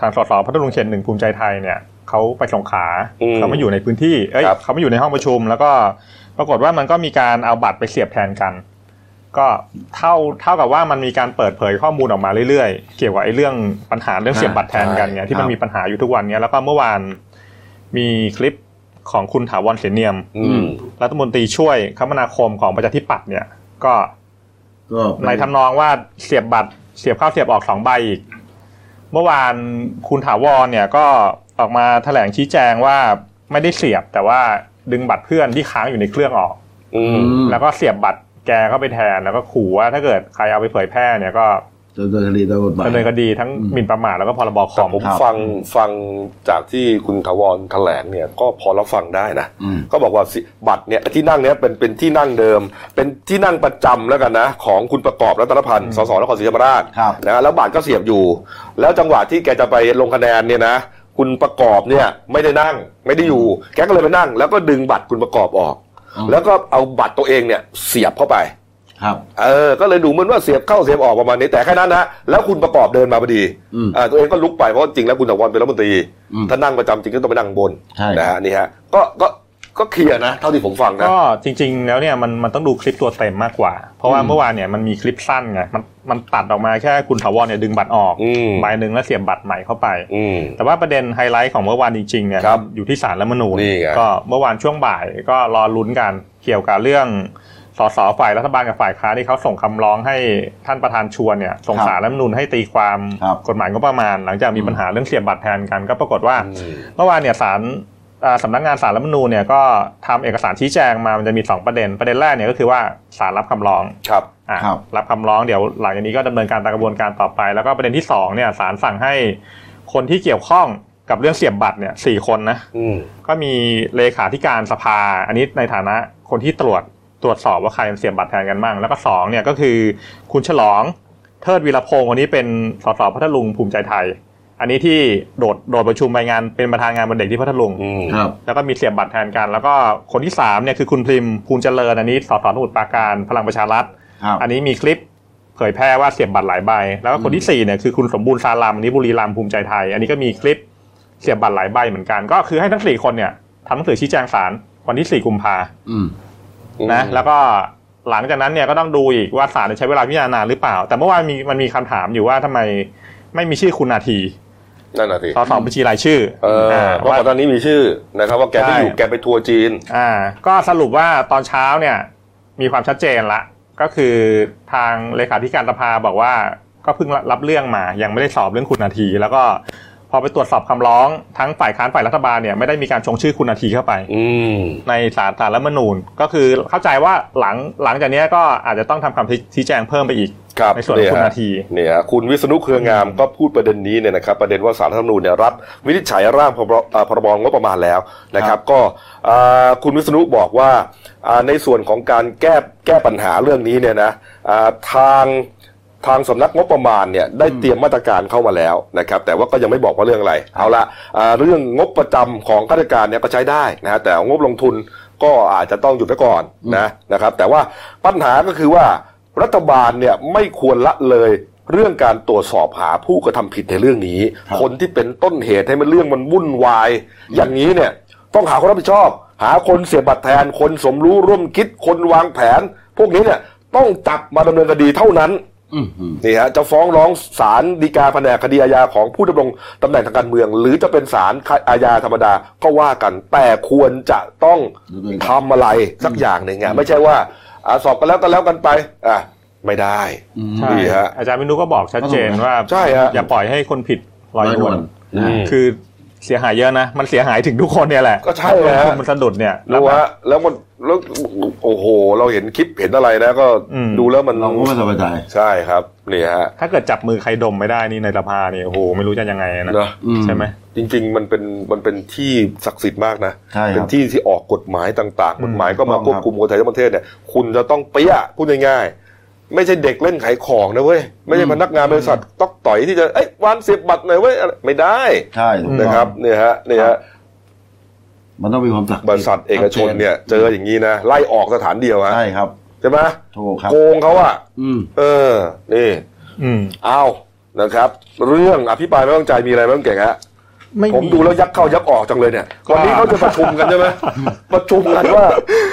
ทางสสพัทลุงเขตหนึ่งภูมิใจไทยเนี่ยเขาไปสงขลา อืม เขาไม่อยู่ในพื้นที่เอ้ย ครับ เขาไม่อยู่ในห้องประชุม แล้วก็ปรากฏว่ามันก็มีการเอาบัตรไปเสียบแทนกัน ก็เท่าเท่ากับว่ามันมีการเปิดเผยข้อมูลออกมาเรื่อยๆ เกี่ยวกับไอ้เรื่องปัญหาเรื่องเสียบบัตรแทนกันเนี่ยที่มันมีปัญหาอยู่ทุกวันเนี่ยแล้วก็เมื่อวานมีคลิปของคุณถาวรเสนเนียม อืม รัฐมนตรีช่วยคมนาคมของประชาธิปัตย์เนี่ย ก็ ก็เป็ ในทำนองว่าเสียบบัตรเสียบเข้าเสียบออกสองใบอีก เมื่อวานคุณถาวรเนี่ยก็ออกมาแถลงชี้แจงว่าไม่ได้เสียบแต่ว่าดึงบัตรเพื่อนที่ค้างอยู่ในเครื่องออก อื อื ม ม แล้วก็เสียบบัตร แกเข้าไปแทนแล้วก็ขู่ว่าถ้าเกิดใครเอาไปเผยแพร่เนี่ยก็ ดำเนินคดีตามกฎหมาย ดำเนินคดีทั้งหมิ่นประมาทแล้วก็พรบค แต่ อม ผม ครับ ฟังฟังจากที่คุณทวรแถลงเนี่ยก็พอรับฟังได้นะ อืม ก็บอกว่าสิบัตรเนี่ยที่นั่งเนี่ยเป็นเป็นที่นั่งเดิม เป็นที่นั่งประจำแล้วกันนะ ของคุณประกอบรัตนพันธ์สสนครศรีธรรมราช ครับ นะแล้วบัตรก็เสียบอยู่ แล้วจังหวะที่แกจะไปลงคะแนนเนี่ยนะ คุณประกอบเนี่ยไม่ได้นั่งไม่ได้อยู่ แกก็เลยไปนั่ง แล้วก็ดึงบัตรคุณประกอบออก แล้วก็เอาบัตรตัวเองเนี่ยเสียบเข้าไป ครับ เออ ก็เลยดูเหมือนว่าเสียบเข้าเสียบออกประมาณนี้แต่แค่นั้นนะ แล้วคุณประกอบเดินมาพอดี อืม อ่าตัวเองก็ลุกไปเพราะจริงแล้วคุณถาวรเป็นรัฐมนตรี อืม ถ้านั่งประจำจริงก็ต้องไปนั่งบน ใช่ นะฮะนี่ฮะ ก็ ก็ ก็เคลียร์นะ เท่าที่ผมฟังนะ ก็จริงๆ แล้วเนี่ยมันมันต้องดูคลิปตัวเต็มมากกว่า เพราะว่าเมื่อวานเนี่ยมันมีคลิปสั้นไงมันมันตัดออกมาแค่คุณถาวรเนี่ยดึงบัตรออก อืม ใบหนึ่งแล้วเสียบบัตรใหม่เข้าไป อืม แต่ว่าประเด็นไฮไลท์ของเมื่อวานจริงๆเนี่ย ครับ อยู่ที่สารรัฐธรรมนูญ นี่ไง ก็เมื่อวานช่วงบ่ายก็รอลุ้นกันเกี่ยวกับเรื่องสสฝ่ายรัฐบาลกับฝ่ายค้านที่เขาส่งคำร้องให้ท่านประธานชวนเนี่ยส่ง ครับ สารรัฐธรรมนูญให้ตีความ ครับ กฎหมายงบประมาณ หลังจากมีปัญหาเรื่องเสียบบัตรแทนกันก็ปรากฏว่า อืม เมื่อวานเนี่ยสารอ่าสำนักงานสารรัฐธรรมนูญเนี่ยก็ทำเอกสารชี้แจงมามันจะมี 2 ประเด็น ประเด็นแรกเนี่ยก็คือว่าสารรับคำร้อง ครับ อ่ะ ครับ รับคำร้องเดี๋ยวหลังจากนี้ก็ดำเนินการตามกระบวนการต่อไป แล้วก็ประเด็นที่2เนี่ยสารสั่งให้คนที่เกี่ยวข้องกับเรื่องเสียบบัตรเนี่ยสี่คนนะ อืม ก็มีเลขาธิการสภา อันนี้ในฐานะคนที่ตรวจตรวจสอบว่าใครมันเสียบบัตรแทนกันบ้างแล้วก็สองเนี่ยก็คือคุณฉลองเทิดวีรพงศ์คนนี้เป็นสสพัทลุงภูมิใจไทย อันนี้ที่โดดโดดประชุมไปงานเป็นประธานงานวันเด็กที่พัทลุง อืม ครับ แล้วก็มีเสียบบัตรแทนกัน แล้วก็คนที่สามเนี่ยคือคุณพริมภูมิเจริญอันนี้สสสมุทรปราการพลังประชารัฐ ครับ อันนี้มีคลิปเผยแพร่ว่าเสียบบัตรหลายใบ แล้วก็คนที่สี่เนี่ยคือคุณสมบูรณ์ซาลามอันนี้บุรีรัมย์ภูมิใจไทย อันนี้ก็มีคลิปเสียบบัตรหลายใบเหมือนกัน ก็คือให้ทั้งสี่คนเนี่ยทำหนังสือชี้แจงศาลวันที่สี่กุมภา อืม นะแล้วก็หลังจากนั้นเนี่ยก็ต้องดูอีกว่าศาลจะใช้เวลาพิจารณานานหรือเปล่า แต่เมื่อวานมีมันมีคำถามอยู่ว่าทำไมไม่มีชื่อคุณนาที นั่นน่ะสิ สสบัญชีรายชื่อ เอออา เพราะก่อนตอนนี้มีชื่อนะครับ ว่าแกไม่อยู่ ใช่ แกไปทัวร์จีน อ่าก็สรุปว่าตอนเช้าเนี่ยมีความชัดเจนละ ก็คือทางเลขาธิการสภาบอกว่าก็เพิ่งรับเรื่องมา ยังไม่ได้สอบเรื่องคุณนาที แล้วก็พอไปตรวจสอบคำร้องทั้งฝ่ายค้านฝ่ายรัฐบาลเนี่ยไม่ได้มีการชงชื่อคุณนาทีเข้าไป อืม ในสารสารรัฐธรรมนูญก็คือเข้าใจว่าหลังหลังจากเนี้ยก็อาจจะต้องทำคำชี้แจงเพิ่มไปอีก ครับ ในส่วนของคุณ เยฮะ นาที เนี่ยฮะคุณวิษณุเครืองามก็พูดประเด็นนี้เนี่ยนะครับประเด็นว่าสารรัฐธรรมนูญเนี่ยรับวินิจฉัยร่างพรบอ่าพรบงบประมาณแล้วนะครับ ก็อ่าคุณวิษณุบอกว่าอ่าในส่วนของการแก้แก้ปัญหาเรื่องนี้เนี่ยนะอ่าทางทางสำนักงบประมาณเนี่ยได้เตรียมมาตรการเข้ามาแล้วนะครับ แต่ว่าก็ยังไม่บอกว่าเรื่องอะไรเอาละอ่าเรื่องงบประจำของข้าราชการเนี่ยก็ใช้ได้นะฮะแต่งบลงทุนก็อาจจะต้องหยุดไว้ก่อนนะนะครับ แต่ว่าปัญหาก็คือว่า รัฐบาลเนี่ยไม่ควรละเลยเรื่องการตรวจสอบหาผู้กระทำผิดในเรื่องนี้ ครับ คนที่เป็นต้นเหตุให้มันเรื่องมันวุ่นวาย อย่างนี้เนี่ยต้องหาคนรับผิดชอบ หาคนเสียบัตรแทน คนสมรู้ร่วมคิดคนวางแผน พวกนี้เนี่ยต้องจับมาดำเนินคดีเท่านั้น ืมอืม นี่ฮะจะฟ้องร้องศาลฎีกาแผนกคดีอาญาของผู้ดำรงตำแหน่งทางการเมือง หรือจะเป็นศาลอาญาธรรมดาก็ว่ากัน แต่ควรจะต้องทำอะไรสักอย่างหนึ่งอะไม่ใช่ว่าอะสอบกันแล้วก็แล้วกันไปอ่ะไม่ได้ ใช่ ดีฮะ อาจารย์วินุก็บอกชัดเจนว่า ใช่ฮะ อย่าปล่อยให้คนผิดลอยนวล อืม คือเสียหายเยอะนะมันเสียหายถึงทุกคนเนี่ยแหละ ก็ใช่แหละ ถ้าคนมันสะดุดเนี่ย รู้ฮะแล้วมันแล้วโอ้โห เราเห็นคลิปเห็นอะไรนะก็ อืม ดูแล้วมัน เราก็ไม่สบายใจ ใช่ครับนี่ฮะ ถ้าเกิดจับมือใครดมไม่ได้นี่ในสภาเนี่ยโอ้โหไม่รู้จะยังไงนะ เนอะ อืม ใช่ไหม จริง ๆ มันเป็นมันเป็นที่ศักดิ์สิทธิ์มากนะ ใช่ครับ เป็นที่ที่ออกกฎหมายต่าง อืม ๆ กฎหมายก็มา ถูควกต้องบคุมคนไทยทั้งประเทศเนี่ยคุณจะต้องเปี้ยพูดง่ายๆ ไม่ใช่เด็กเล่นขายของนะเว้ย ไม่ใช่ อืม พนักงานบริษัทต๊อกต่อยที่จะเอ้ยวานเสียบบัตรหน่อยเว้ยอะไรไม่ได้ ใช่ถูกต้อง นะครับเนี่ยฮะเนี่ยฮะ มันต้องมีความสักดิ์ บริษัทเอกชนเนี่ยเจออย่างนี้นะไล่ออกสถานเดียวฮะ ใช่ครับ ใช่ไหม ถูกครับ โกงเขาอะ อืม เออ นี่ อืม เอานะครับ เรื่องอภิปรายไม่ต้องใจมีอะไรบ้างเก่งฮะ ไม่ ผม มี ดูแล้วยักเข้ายักออกจังเลยเนี่ย ก็ วันนี้เขาจะประชุมกันใช่ไหม ประชุมกันว่า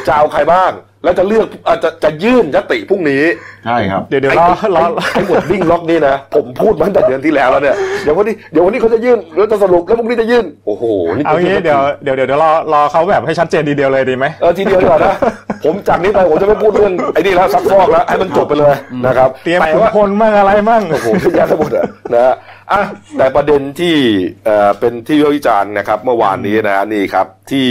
จะเอาใครบ้าง แล้วจะเลือกอาจจะจะยื่นยติพรุ่งนี้ ใช่ครับ เดี๋ยวเดี๋ยว ไอ้ รอรอ ไอ้ไอ้บทวิ่งล็อกนี่นะ ผมพูดมาตั้งแต่เดือนที่แล้วแล้วเนี่ย เดี๋ยววันนี้ เดี๋ยววันนี้เขาจะยื่นแล้วจะสรุป แล้วพรุ่งนี้จะยื่น โอ้โห นี่ เอางี้เดี๋ยวเดี๋ยวเดี๋ยวเดี๋ยวรอรอเขาแบบให้ชัดเจนทีเดียวเลยดีไหม เออทีเดียวดีกว่านะ ผมจากนี้ไปผมจะไม่พูดเรื่องไอ้นี่แล้วซักฟอกแล้วให้มันจบไปเลยนะครับ เตรียม แต่ ขุน ว่า พลมั่งอะไรมั่ง โอ้โหเยอะแยะไปหมดอะนะฮะอ่ะแต่ประเด็นที่เอ่อเป็นที่วิพากษ์วิจารณ์นะครับ เมื่อวานนี้นะฮะนี่ครับ ที่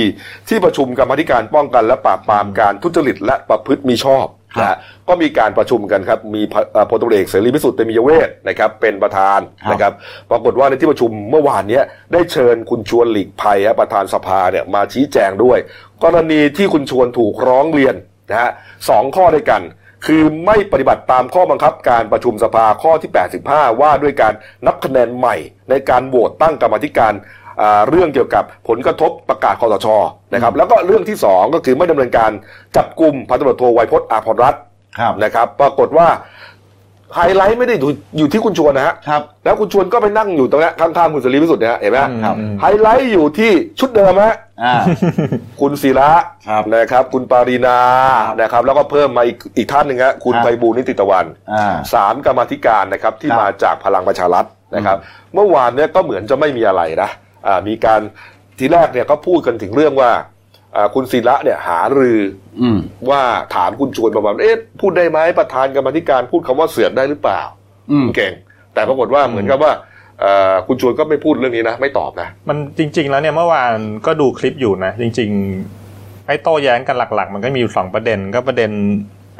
ที่ประชุมกรรมาธิการป้องกันและปราบปรามการทุจริตและประพฤติมิชอบ ครับ นะฮะก็มีการประชุมกันครับมีพเอ่อพลตำรวจเอกเสรีพิสุทธิ์เตมียเวทนะครับเป็นประธาน ครับ นะครับปรากฏว่าในที่ประชุมเมื่อวานเนี้ยได้เชิญคุณชวนหลีกภัยฮะประธานสภาเนี่ยมาชี้แจงด้วย กรณีที่คุณชวนถูกร้องเรียนนะฮะสองข้อด้วยกัน คือไม่ปฏิบัติตามข้อบังคับการประชุมสภาข้อที่ 85 ว่าด้วยการนับคะแนนใหม่ ในการโหวตตั้งกรรมาธิการอ่าเรื่องเกี่ยวกับผลกระทบประกาศคอสชนะครับแล้วก็เรื่องที่สองก็คือไม่ดำเนินการจับกลุ่มพันตำรวจโทไวยพจน์อาภรณ์รัตน์ ครับ นะครับปรากฏว่าไฮไลท์ไม่ได้อยู่อยู่ที่คุณชวนนะฮะ ครับ แล้วคุณชวนก็ไปนั่งอยู่ตรงเนี้ยข้างๆคุณเสรีพิสุทธิ์เนี่ยฮะเห็นไหมฮะ ครับ ไฮไลท์อยู่ที่ชุดเดิมฮะ อ่า คุณศิระ ครับ นะครับ คุณปารีนา ครับ นะครับ แล้วก็เพิ่มมาอีกอีกท่านหนึ่งฮะคุณ ครับ ไพบูลย์นิติตะวัน อ่า สามกรรมาธิการนะครับที่ ครับ มาจากพลังประชารัฐนะครับ เมื่อวานเนี่ยก็เหมือนจะไม่มีอะไรนะอ่ามีการทีแรกเนี่ยก็พูดกันถึงเรื่องว่าอ่าคุณศิระเนี่ยหารืออ ม ว่าถามคุณชวนประมาณเอ๊ะพูดได้ไหมประธานกรรมาธิการพูดคำว่าเสือกได้หรือเปล่า อืม เก่ง แต่ปรากฏว่าเหมือนกับว่าเอ่อคุณชวนก็ไม่พูดเรื่องนี้นะ ไม่ตอบนะ มันจริง ๆ แล้วเนี่ยเมื่อวานก็ดูคลิปอยู่นะ จริง ๆ ไอ้โต้แย้งกันหลัก ๆ มันก็มีอยู่สองประเด็นก็ประเด็น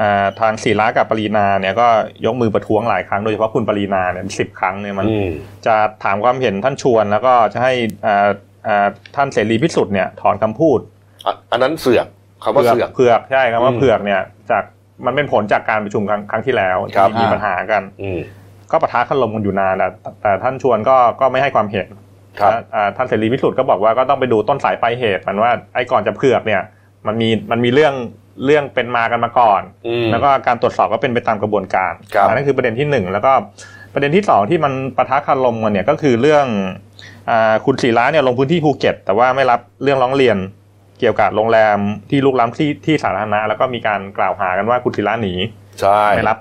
อ่าทางศิระกับปรีนาเนี่ยก็ยกมือประท้วงหลายครั้งโดยเฉพาะคุณปรีนาเนี่ยสิบครั้งเนี่ยมัน อืม จะถามความเห็นท่านชวนแล้วก็จะให้อ่าอ่าท่านเสรีพิสุทธิ์เนี่ยถอนคำพูด อ่ะอันนั้นเสือกคำว่าเสือก เผือกใช่ครับว่า อืม เผือกเนี่ยจากมันเป็นผลจากการประชุมครั้งครั้งที่แล้ว ครับ ที่มีปัญหากัน อืม ก็ปะทะขันลมกันอยู่นานแต่แต่ท่านชวนก็ก็ไม่ให้ความเห็น ครับ และอ่าท่านเสรีพิสุทธิ์ก็บอกว่าก็ต้องไปดูต้นสายปลายเหตุมันว่าไอ้ก่อนจะเผือกเนี่ยมันมีมันมีเรื่องเรื่องเป็นมากันมาก่อน อืม แล้วก็การตรวจสอบก็เป็นไปตามกระบวนการ ครับ อันนั้นคือประเด็นที่หนึ่งแล้วก็ประเด็นที่สองที่มันปะทะคารมกันเนี่ยก็คือเรื่องอาคุณศิระเนี่ยลงพื้นที่ภูเก็ต แต่ว่าไม่รับเรื่องร้องเรียนเกี่ยวกับโรงแรมที่ลุกล้ำที่ที่สาธารณะแล้วก็มีการกล่าวหากันว่าคุณศิระหนี ใช่ ไม่รับ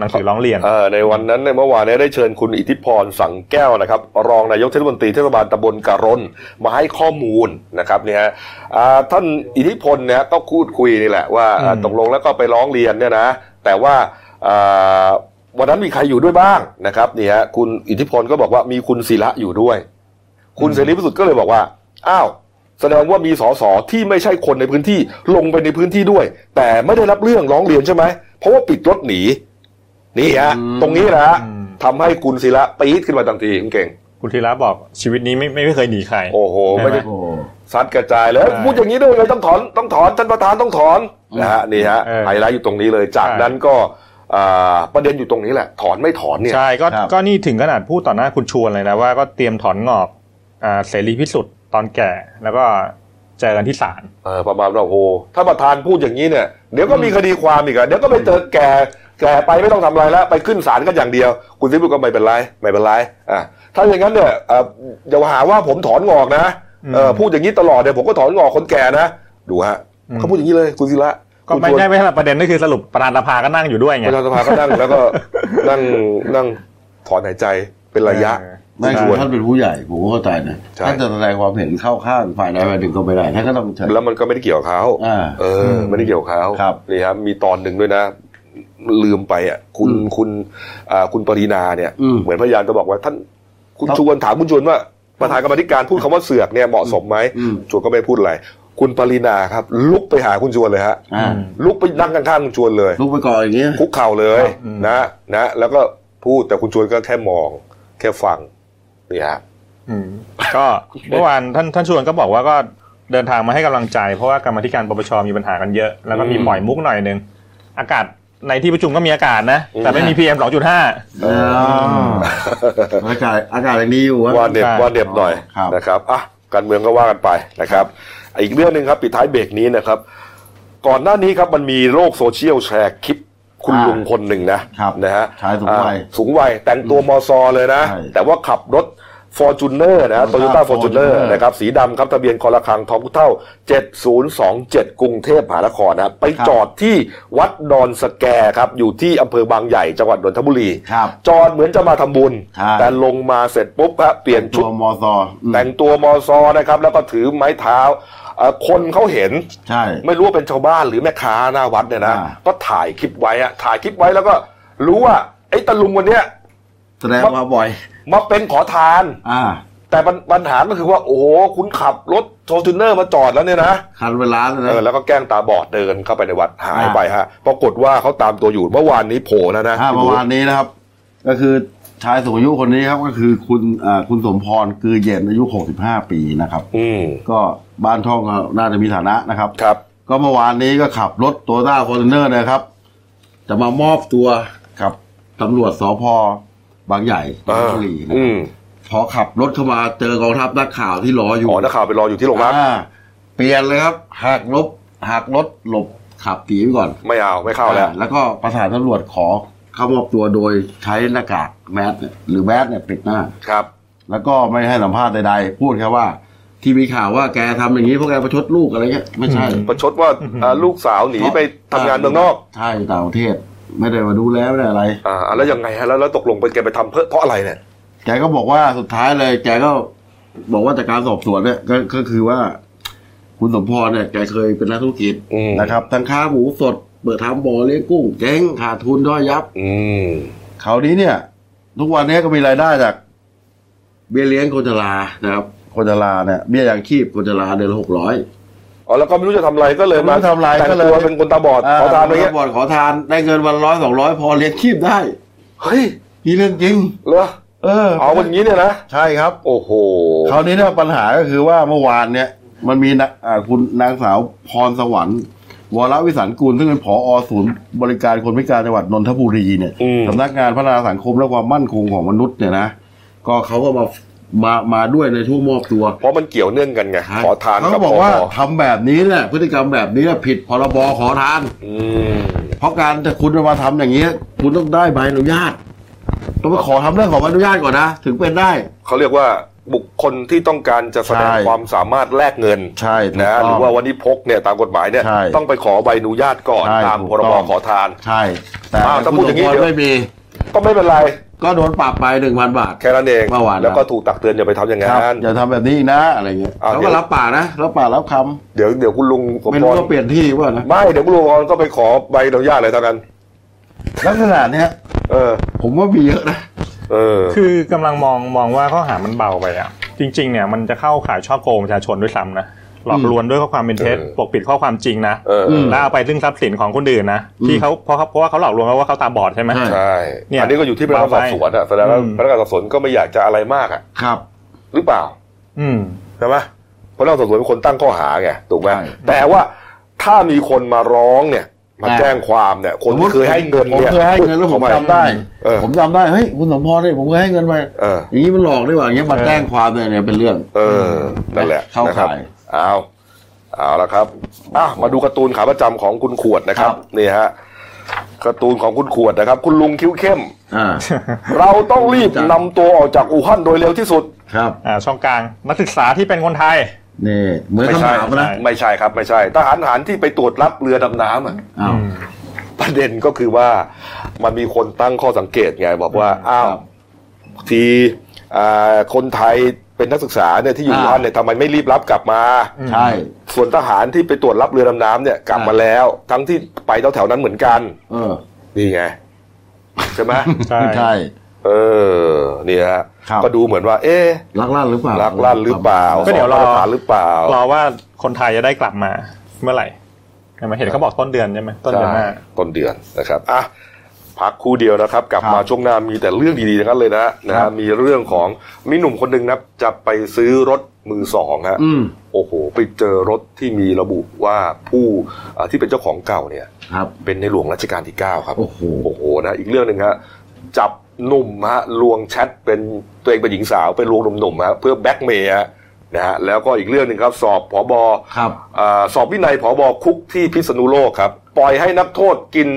หนังสือร้องเรียน เออในวันนั้นในเมื่อวานเนี้ได้เชิญคุณอิทธิพรสังแก้วนะครับ รองนายกเทศมนตรีเทศบาลตำบลกะรนมาให้ข้อมูลนะครับเนี่ยฮะอ่าท่านอิทธิพลเนี่ยก็พูดคุยนี่แหละว่า อืม อ่าตกลงแล้วก็ไปร้องเรียนเนี่ยนะ แต่ว่าอ่าวันนั้นมีใครอยู่ด้วยบ้างนะครับเนี่ยฮะคุณอิทธิพลก็บอกว่ามีคุณศิระอยู่ด้วย คุณเสรีพิสุทธิ์ก็เลยบอกว่า อ้าว แสดงว่ามีสสที่ไม่ใช่คนในพื้นที่ลงไปในพื้นที่ด้วย แต่ไม่ได้รับเรื่องร้องเรียนใช่ไหม เพราะว่าปิดรถหนี นี่ฮะ อืม ตรงนี้นะฮะ อืม ทำให้คุณศิระปี๊ดขึ้นมาทันทีคุณเก่ง คุณศิระบอกชีวิตนี้ไม่ไม่ไม่เคยหนีใคร โอ้โห ไม่ได้ โอ้ ซัดกระจายเลย ใช่ พูดอย่างนี้ด้วยเลยต้องถอนต้องถอนท่านประธานต้องถอนนะฮะนี่ฮะ เออ ไฮไลท์อยู่ตรงนี้เลย จาก ใช่ นั้นก็อ่าประเด็นอยู่ตรงนี้แหละ ถอนไม่ถอนเนี่ย ใช่ก็ ครับ ก็นี่ถึงขนาดพูดต่อหน้าคุณชวนเลยนะว่าก็เตรียมถอนงอกอ่าเสรีพิสุทธิ์ตอนแก่ แล้วก็เจอกันที่ศาล เออประมาณว่าโอ้โหถ้าประธานพูดอย่างนี้เนี่ยเดี๋ยวก็มีคดีความอีกอะเดี๋ยวก็ไปเจอแก่แก่ไปไม่ต้องทำอะไรแล้ว ไปขึ้นศาลกันอย่างเดียว คุณซิบุก็ไม่เป็นไรไม่เป็นไรอ่ะถ้าอย่างนั้นเนี่ยเอ่ออย่าหาว่าผมถอนงอกนะเออ อืม พูดอย่างนี้ตลอดเนี่ยผมก็ถอนงอกคนแก่นะดูฮะ อืม เขาพูดอย่างนี้เลยคุณศิระ ก็ไม่ คุณชวน ได้ไม่ใช่ประเด็นก็คือสรุปประธานสภาก็นั่งอยู่ด้วยไง ประธานสภาก็นั่งแล้วก็นั่งนั่งถอนหายใจเป็นระยะ เออ ไม่ ช คื ว อน ท่านเป็นผู้ใหญ่ผมก็เข้าใจนะ ใช่ ท่านจะแสดงความเห็นเข้าข้างฝ่ายใดฝ่ายหนึ่งก็ไม่ได้ท่านก็ต้องเฉย แล้วมันก็ไม่ได้เกี่ยวกับเขา อ่า เออ ไม่ได้เกี่ยวกับเขา ครับ นี่ครับมีตอนหนึ่งด้วยนะ ลืมไปอ่ะ คุณ อืม คุณอ่าคุณปรีนาเนี่ย อืม เหมือนพยานจะบอกว่าท่าน คุณ ครับ ชวนถามคุณชวนว่าประธานกรรมาธิการพูดคำว่าเสือกเนี่ยเหมาะสมไหม อืม ชวนก็ไม่พูดอะไร คุณปรีนาครับ ลุกไปหาคุณชวนเลยฮะ อ่า ลุกไปนั่งข้างๆคุณชวนเลย ลุกไปก่อนอย่างเงี้ย คุกเข่าเลย ครับอืม นะนะแล้วก็พูดแต่คุณชวนก็แค่มอง แค่ฟังนี่ฮะ อืมก็เมื่อวานท่านท่านชวนก็บอกว่าก็เดินทางมาให้กำลังใจ เพราะว่ากรรมาธิการปปชมีปัญหากันเยอะ แล้วก็มี อืม ปล่อยมุกหน่อยหนึงอากาศในที่ประชุมก็มีอากาศนะ แต่ไม่มี PM 2.5 อาอากาศอากาศยังดีอยู่วะ ว่าเด็บ ใช่ ว่าเด็บหน่อย ครับ นะครับอ่ะการเมืองก็ว่ากันไปนะครับ อีกเรื่องหนึ่งครับปิดท้ายเบรกนี้นะครับ ก่อนหน้านี้ครับมันมีโลกโซเชียลแชร์คลิปคุณลุงคนหนึ่งนะครับ นะฮะ ชายสูงวัย อ่าสูงวัยแต่งตัวมอซอเลยนะ ใช่ แต่ว่าขับรถฟอร์จูเนอร์นะโตโย Toyota ต้าฟอร์จูเนอร์ Fortuner นะครับ สีดำครับทะเบียนคอระคังทองกุเท่า 7027 กรุงเทพมหานครนะไป ครับ จอดที่วัดดอนสแกครับอยู่ที่อำเภอบางใหญ่จังหวัดนนทบุรี ครับ จอดเหมือนจะมาทำบุญ ใช่ แต่ลงมาเสร็จปุ๊บฮะเปลี่ยน ตั ชุ ว ด มอซออืม แต่งตัวมอซอนะครับ แล้วก็ถือไม้เท้าเอ่อคนเขาเห็น ใช่ ไม่รู้ว่าเป็นชาวบ้านหรือแม่ค้าหน้าวัดเนี่ยนะ อ่า ก็ถ่ายคลิปไว้อะถ่ายคลิปไว้แล้วก็รู้ว่าไอ้ตะลุงคนเนี้ย แสดงมาบ่อย มาเป็นขอทาน อ่า แต่ปัญปัญหาก็คือว่า โอ้โหคุณขับรถโฟร์จูเนอร์มาจอดแล้วเนี่ยนะ คันเวลาเลยนะ เออแล้วก็แกล้งตาบอดเดินเข้าไปในวัดหายไปฮะปรากฏว่าเขาตามตัวอยู่เมื่อวานนี้โผล่แล้วนะ ถ้าป พี่ ระ บุ๊ค มาณนี้นะครับ ก็คือชายสูงอายุคนนี้ครับ ก็คือคุณอ่าคุณสมพรคือเย็นอายุ 65 ปีนะครับ อืม ก็บ้านท่องก็น่าจะมีฐานะนะครับ ครับ ก็เมื่อวานนี้ก็ขับรถโตต้าคอนเนอร์นะครับ จะมามอบตัวกับตำรวจสพบางใหญ่นนทบุรีนะ อื ครับ ม พอขับรถเข้ามาเจอกองทัพนักข่าวที่รออยู่ อ๋อนักข่าวไปรออยู่ที่โรงพัก อ่าเปลี่ยนเลยครับหักลบหักรถหลบขับตีไปก่อน ไม่เอาไม่เข้าแล้ว อ่แล้วก็ประสานตำรวจขอเข้ามอบตัวโดยใช้หน้ากากแมสเนี่ยหรือแมสเนี่ยปิดหน้า ครับ แล้วก็ไม่ให้สัมภาษณ์ใดๆ พูดแค่ว่า ที่มีข่าวว่าแกทำอย่างนี้เพราะแกประชดลูกอะไรเงี้ยไม่ใช่ ประชดว่าอ่าลูกสาวหนีไปทำงานเมืองนอก ใช่ต่างประเทศ ไม่ได้มาดูแลไม่ได้อะไร อ่าแล้วยังไงฮะแล้วแล้วตกลงไปแกไปทำเพื่อเพราะอะไรเนี่ย แกก็บอกว่าสุดท้ายเลย แกก็บอกว่าจากการสอบสวนเนี่ยก็ก็คือว่า คุณสมพรเนี่ยแกเคยเป็นนักธุรกิจ อืม นะครับทั้งค้าหมูสด เปิดทำบ่อเลี้ยงกุ้งเจ๊งขาดทุนด้อยยับ อืม คราวนี้เนี่ย ทุกวันนี้ก็มีรายได้จาก เบี้ยเลี้ยงคนชรานะครับ คนชราเนี่ยเบี้ยยังชีพคนชราเดือนละหกร้อย อ๋อแล้วก็ไม่รู้จะทำอะไรก็เลย ไม่ มา รู้จะทำอะไร แต่ง ก็เลย ตัวเป็นคนตาบอดขอทานอะไรเงี้ย บ่อนขอทานได้เงินวันร้อยสองร้อยพอเลี้ยงชีพได้ เฮ้ย นี่เรื่องจริง เหรอ เออ เอาวันนี้เนี่ยนะ ใช่ครับ โอ้โห คราวนี้เนี่ยปัญหาก็คือว่าเมื่อวานเนี่ย มันมีนะอ่าคุณนางสาวพรสวรรค์วรวิสันกูล ซึ่งเป็นผอศูนย์บริการคนพิการจังหวัดนนทบุรีเนี่ยสำนักงานพัฒนาสังคมและความมั่นคงของมนุษย์เนี่ยนะก็เขาก็มามามาด้วยในช่วงมอบตัว เพราะมันเกี่ยวเนื่องกันไงขอทาน เขา กั ก็ บบ พ อกว่า อ ทำแบบนี้เนี่ยพฤติกรรมแบบนี้เนี่ยผิดพรบขอทาน อืม เพราะการแต่คุณจะมาทำอย่างนี้ยคุณต้องได้ใบอนุญาตต้องไปขอทำเรื่องของใบอนุญาตก่อนนะถึงเป็นได้ เขาเรียกว่าบุคคลที่ต้องการจะแสดง ใช่ ความสามารถแลกเงิน ใช่ถูก นะ ต้ ห ง รือว่าวันนี้พกเนี่ยตามกฎหมายเนี่ย ใช่ ต้องไปขอใบอนุญาตก่อน ใช่ ตาม ถูก พร ต้ บ อง ขอทาน ใช่ แต่ อ้าวถ้าพู คุ ด ณ อ ส ย่าม งนี้ พร เดี๋ยว ไม่มี ก็ไม่เป็นไร ก็โดนปรับไปหนึ่งพันบาท แค่นั้นเอง เมื่อวาน แล้วก็ถูกตักเตือนอย่าไปทำอย่าง ค นั้ รับ น อย่าทำแบบนี้อีกนะ อะไรเงี้ย อ้าว เขา เดี๋ ก็ ยว รับปากนะรับปากรับค เดี๋ยวเดี๋ยวคุณลุงส ำ ม ไม่ พรรู้ว่าเปลี่ยนที่ว่านะ ไม่เดี๋ยวคุณลุงสมพรก็ไปขอใบอนุญาตอะไรเท่านั้น ลักษณะเนี้ย เออ ผมว่ามีเยอะนะ เออ คือกำลังมองมองว่าข้อหามันเบาไปอ่ะ จริง ๆ เนี่ยมันจะเข้าข่ายช่อโกงประชาชนด้วยซ้ำนะหลอกลวงด้วยข้อความเป็นเท็จ เออ ปกปิดข้อความจริงนะ เออ ม แล้วเอาไปซึ่งทรัพย์สินของคนอื่นนะ อืม ที่เขาเพราะเขาเพราะว่าเขาหลอกลวงว่าเขาตาบอดใช่ไหม ใช่ ใช่ เนี่ย อันนี้ก็อยู่ที่พนักงานสอบสวนอะแสดงว่า อืม พนักงานสอบสวนก็ไม่อยากจะอะไรมากอะ ครับ หรือเปล่า อืม ใช่ไหมพนักงานสอบสวนเป็นคนตั้งข้อหาไงถูกไหม ใช่ แต่ว่าถ้ามีคนมาร้องเนี่ยมา อ่า แจ้งความเนี่ย คนที่เคยให้เงิน ผม เนี่ย เคยให้เงินแล้วผม ข้าป จำได้ เออ ผมจำได้เฮ้ยคุณสมพรเนี่ยผมเคยให้เงินไป เออ อย่างนี้มันหลอกได้ว่าอย่างเงี้ยมา เออ แจ้งความเนี่ยเนี่ยเป็นเรื่อง เออ นั่นแหละ เข้า นะครับ ข่าย เอาเอาละครับอ่ะมาดูการ์ตูนขาประจำของคุณขวดนะครับ ครับ นี่ฮะ การ์ตูนของคุณขวดนะครับ คุณลุงคิ้วเข้ม อ่า เราต้องรีบนำตัวออกจากอู่ฮั่นโดยเร็วที่สุด ครับ อ่าช่องกลางนักศึกษาที่เป็นคนไทย นี่เหมือน ไม่ คำ ใช่ ถามนะ ไม่ใช่ครับ ไม่ใช่ ทหารทหารที่ไปตรวจรับเรือดำน้ำอะ อ้าว ประเด็นก็คือว่า มันมีคนตั้งข้อสังเกตไง บอกว่า อ้าว ทีอ่าคนไทยเป็นนักศึกษาเนี่ยที่อยู่อู่ฮั่นเนี่ยทำไมไม่รีบรับกลับมา ใช่ ส่วนทหารที่ไปตรวจรับเรือดำน้ำเนี่ยกลับมาแล้ว ทั้งที่ไปแถวๆนั้นเหมือนกัน เออ นี่ไง ใช่ไหม ใช่ ใช่ เออนี่ฮะ ครับ ก็ดูเหมือนว่า เอ๊ะ รักลั่นหรือเปล่า ลักลั่นหรือเปล่า ก็เดี๋ยวรอ สอบมาตฐานหรือเปล่า รอว่าคนไทยจะได้กลับมาเมื่อไหร่ใช่ไหมเห็นเขาบอกต้นเดือนใช่ไหมต้นเดือนหน้า ใช่ต้นเดือนนะครับอ่ะพักครู่เดียวนะครับ กลับ ครับ มาช่วงหน้ามีแต่เรื่องดีๆทั้งนั้นเลยนะฮะนะ ครั ฮะ บ มีเรื่องของมีหนุ่มคนหนึ่งนะครับจะไปซื้อรถมือสองฮะ อืม โอ้โหไปเจอรถที่มีระบุว่าผู้เอ่อที่เป็นเจ้าของเก่าเนี่ย ครับ เป็นในหลวงรัชกาลที่ 9 ครับ โอ้โห นะอีกเรื่องหนึ่งฮะจับหนุ่มฮะลวงแชทเป็นตัวเองเป็นหญิงสาวไปลวงหนุ่มๆฮะเพื่อแบล็กเมย์ฮะนะฮะแล้วก็อีกเรื่องหนึ่งครับ สอบผอบ ครับ อ่าสอบวินัยผอบคุกที่พิษณุโลกครับ ปล่อยให้นักโทษกิน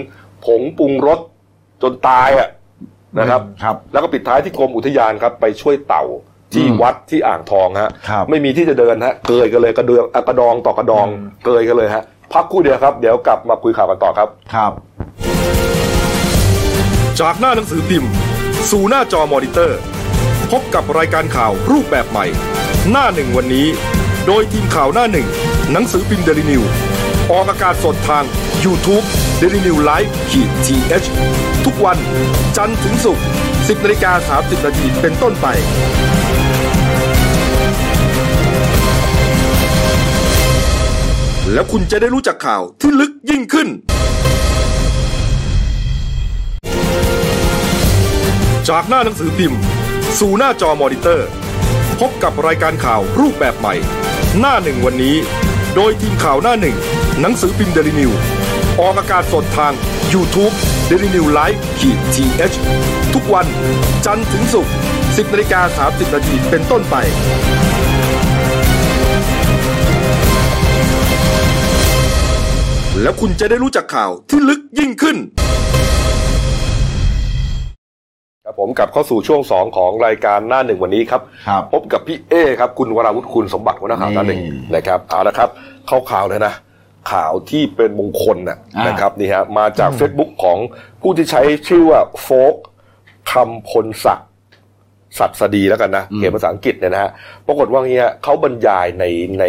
ผงปรุงรสจนตายอ่ะนะครับ ครับ แล้วก็ปิดท้ายที่กรมอุทยานครับไปช่วยเต่าที่ อืม วัดที่อ่างทองฮะ ครับ ไม่มีที่จะเดินฮะเกยกันเลยกระเดืองอ่ะกระดองต่อกระดองเกยกันเลยฮะพักครู่เดียวครับเดี๋ยวกลับมาคุยข่าวกันต่อครับ ครับ จากหน้าหนังสือพิมพ์ สู่หน้าจอมอนิเตอร์ พบกับรายการข่าวรูปแบบใหม่ หน้าหนึ่งวันนี้ โดยทีมข่าวหน้าหนึ่ง หนังสือพิมพ์เดลิวิว ออกอากาศสดทาง YouTube d e l i n e w l i v e ขีด th ทุกวันจันทร์ถึงศุกร์10นาฬิกา30นาทีเป็นต้นไป แล้วคุณจะได้รู้จักข่าวที่ลึกยิ่งขึ้น จากหน้าหนังสือพิมพ์ สู่หน้าจอมอนิเตอร์ พบกับรายการข่าวรูปแบบใหม่ หน้าหนึ่งวันนี้ โดยทีมข่าวหน้าหนึ่ง หนังสือพิมพ์เดลิวิวออกอากาศสดทาง y o u t u เดลิวิวไลฟ์ขีดทีเทุกวันจันทร์ถึงศุกร์10นาฬิกา30นาทีเป็นต้นไป แล้วคุณจะได้รู้จักข่าวที่ลึกยิ่งขึ้น ครับผมกลับเข้าสู่ช่วง 2 ของรายการหน้าหนึ่งวันนี้ครับ ครับ พบกับพี่เอครับ คุณวราวุฒิคุณสมบัติหัวหน้าข่าวหน้าหนึ่ง นี่ นะครับเอาละครับ เข้าข่าวเลยนะ ข่าวที่เป็นมงคลนะ อ่าน นะครับนี่ฮะมาจาก Facebook ของผู้ที่ใช้ชื่อว่าโฟกคำพลศักดิ์ศัตสดีแล้วกันนะเขียนภาษาอังกฤษเนี่ยนะฮะปรากฏว่าเงี้ยเขาบรรยายในใน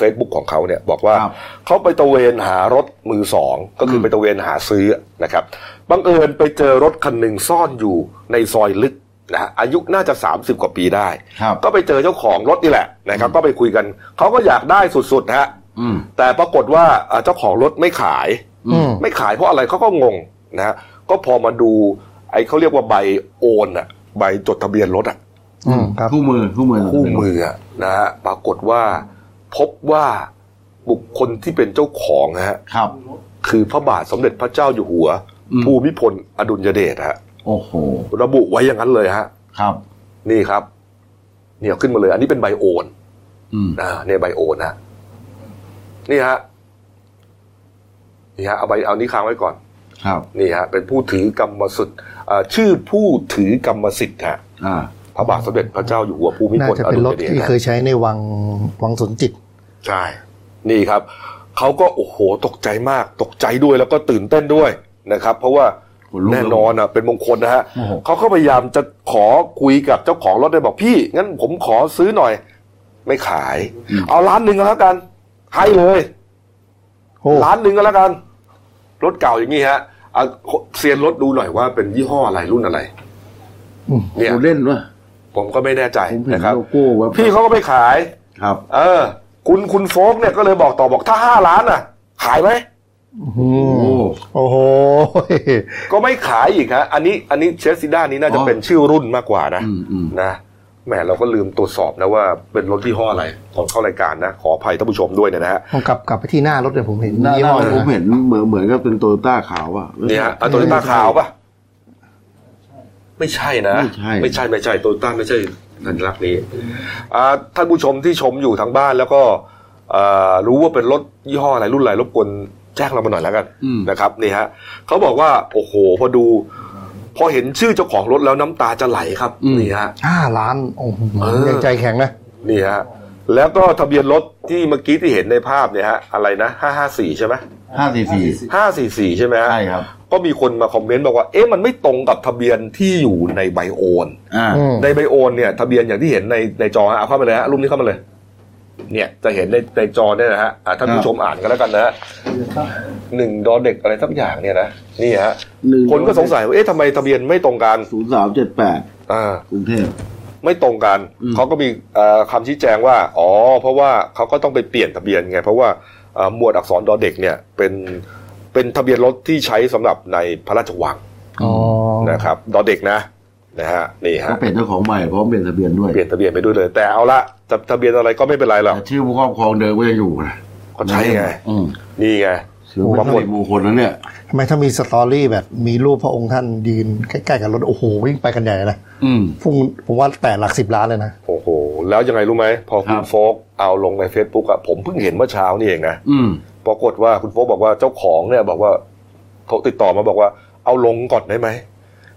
Facebook ของเขาเนี่ยบอกว่า ครับ เขาไปตระเวนหารถมือสอง ก็คืออ ม ไปตระเวนหาซื้อนะครับบังเอิญไปเจอรถคันหนึ่งซ่อนอยู่ในซอยลึกนะฮะอายุน่าจะ 30 กว่าปีได้ ครับ ก็ไปเจอเจ้าของรถนี่แหละนะครับ ก็ไปคุยกัน เขาก็อยากได้สุดๆนะฮะ อืม แต่ปรากฏว่าเอ่อเจ้าของรถไม่ขาย อืม ไม่ขายเพราะอะไรเขาก็งงนะฮะก็พอมาดู ไอ้เขาเรียกว่าใบโอนอะใบจดทะเบียนรถอะ อืมครับคู่มือคู่มือ คู่มืออะนะฮะปรากฏว่า พบว่าบุคคลที่เป็นเจ้าของนะฮะ ครับ คือพระบาทสมเด็จพระเจ้าอยู่หัว อืม ภูมิพลอดุลยเดชฮะ โอ้โห ระบุไว้อย่างนั้นเลยฮะ ครับ นี่ครับ เนี่ยขึ้นมาเลย อันนี้เป็นไบโอน อืม อ่าเนี่ยไบโอนฮะนี่ฮะนี่ฮะเอาใบเอานี้ค้างไว้ก่อน ครับ นี่ฮะเป็นผู้ถือกรรมสิทธิ์อ่าชื่อผู้ถือกรรมสิทธิ์ฮะ อ่า พระบาทสมเด็จพระเจ้าอยู่หัวภูมิ น่า พล จะ อ เป็น ดุล รถ ยเดช ที่ ฮะ เคยใช้ในวังวังสนจิต ใช่ นี่ครับ เขาก็โอ้โหตกใจมาก ตกใจด้วยแล้วก็ตื่นเต้นด้วยนะครับ เพราะว่า ขนลุกเลย แน่นอนอ่ะเป็นมงคลนะฮะ โอ้โห เขาก็พยายามจะขอคุยกับเจ้าของรถเลยบอกพี่ งั้นผมขอซื้อหน่อย ไม่ขาย เอาล้านหนึ่งก็แล้วกัน ให้เลย โอ้ ล้านหนึ่งก็แล้วกัน รถเก่าอย่างนี้ฮะเอาเซียนรถดูหน่อยว่าเป็นยี่ห้ออะไรรุ่นอะไร อืม เนี่ย ดูเล่นวะ ผมก็ไม่แน่ใจ ผมเห็น นะครับ โลโก้ว่า พี่เขาก็ไม่ขาย ครับ เออ คุณคุณโฟกเนี่ยก็เลยบอกต่อบอกถ้าห้าล้านอ่ะ ขายไหม อื โอ้ มโอ้โห ก็ไม่ขายอีกฮะอันนี้อันนี้เชสซิด้านี้น่าจะ อ๋อ เป็นชื่อรุ่นมากกว่านะ อืมอืม นะแหมเราก็ลืมตรวจสอบนะว่าเป็นรถยี่ห้ออะไรตอนเข้ารายการนะ ขออภัยท่านผู้ชมด้วยเนี่ยนะฮะ ผมกลับกลับไปที่หน้ารถเนี่ยผมเห็น หน้า ยี่ หน้า ห้อ ผม นะ เห็นเหมือนเหมือนกับเป็นโตโยต้าขาวอ่ะ เนี่ยฮะโตโยต้าขาวปะไม่ใช่นะ ไม่ใช่ ไม่ใช่ไม่ใช่โตโยต้าไม่ใช่สัญลักษณ์นี้อ่าท่านผู้ชมที่ชมอยู่ทางบ้านแล้วก็อ่ารู้ว่าเป็นรถยี่ห้ออะไรรุ่นอะไรรบกวนแจ้งเรามาหน่อยแล้วกัน อืม นะครับนี่ฮะเขาบอกว่า โอ้โห พอดู พอเห็นชื่อเจ้าของรถแล้วน้ำตาจะไหลครับ อืม นี่ฮะ ห้าล้านโอ้โห เออ ยังใจแข็งนะ นี่ฮะ แล้วก็ทะเบียนรถที่เมื่อกี้ที่เห็นในภาพเนี่ยฮะ อะไรนะห้าห้าสี่ใช่ไหม ห้าสี่สี่ ห้าสี่สี่ใช่ไหมฮะ ใช่ครับ ก็มีคนมาคอมเมนต์บอกว่า เอ๊ะมันไม่ตรงกับทะเบียนที่อยู่ในไบโอน อ่า อืม ในไบโอนเนี่ยทะเบียนอย่างที่เห็นในในจอฮะเอาเข้ามาเลยฮะรูปนี้เข้ามาเลย เนี่ยจะเห็นในในจอเนี่ยนะฮะอ่ะท่านผู้ชมอ่านกันแล้วกันนะฮะหนึ่งดอเด็กอะไรสักอย่างเนี่ยนะนี่ฮะ หนึ่ง คนก็สงสัยว่าเอ๊ะทำไมทะเบียนไม่ตรงกัน ศูนย์สามเจ็ดแปด อ่า กรุงเทพ ไม่ตรงกัน อืม เขาก็มีเอ่อคำชี้แจงว่า อ๋อ เพราะว่าเขาก็ต้องไปเปลี่ยนทะเบียนไง เพราะว่าเอ่อหมวดอักษรดอเด็กเนี่ยเป็นเป็นทะเบียนรถที่ใช้สำหรับในพระราชวัง อ๋อ นะครับดอเด็กนะนะฮะนี่ ก็ ฮะ เป็นเจ้าของใหม่พร้อมเปลี่ยนทะเบียนด้วย เปลี่ยนทะเบียนไปด้วยเลย แต่เอาละจะทะเบียนอะไรก็ไม่เป็นไรหรอก แต่ชื่อผู้ครอบครองเดิมก็ยังอยู่นะ ก็ใช้ไง อืม นี่ไง ถือว่าเป็ บานงค สิ น ริมงคลนะเนี่ย ทำไมถ้ามีสตอรี่แบบมีรูปพระองค์ท่านยืนใกล้ๆกับรถโอ้โหวิ่งไปกันใหญ่เลยนะ อืม พุ่งผมว่าแต่หลักสิบล้านเลยนะ โอ้โห แล้วยังไงรู้ไหม พอคุ ครั ณ บ โฟกเอาลงใน Facebook อะผมเพิ่งเห็นเมื่อเช้านี่เองนะ อืม ปรากฏว่าคุณโฟกบอกว่าเจ้าของเนี่ยบอกว่าโทรติดต่อมาบอกว่า เอาลงก่อนได้ไหม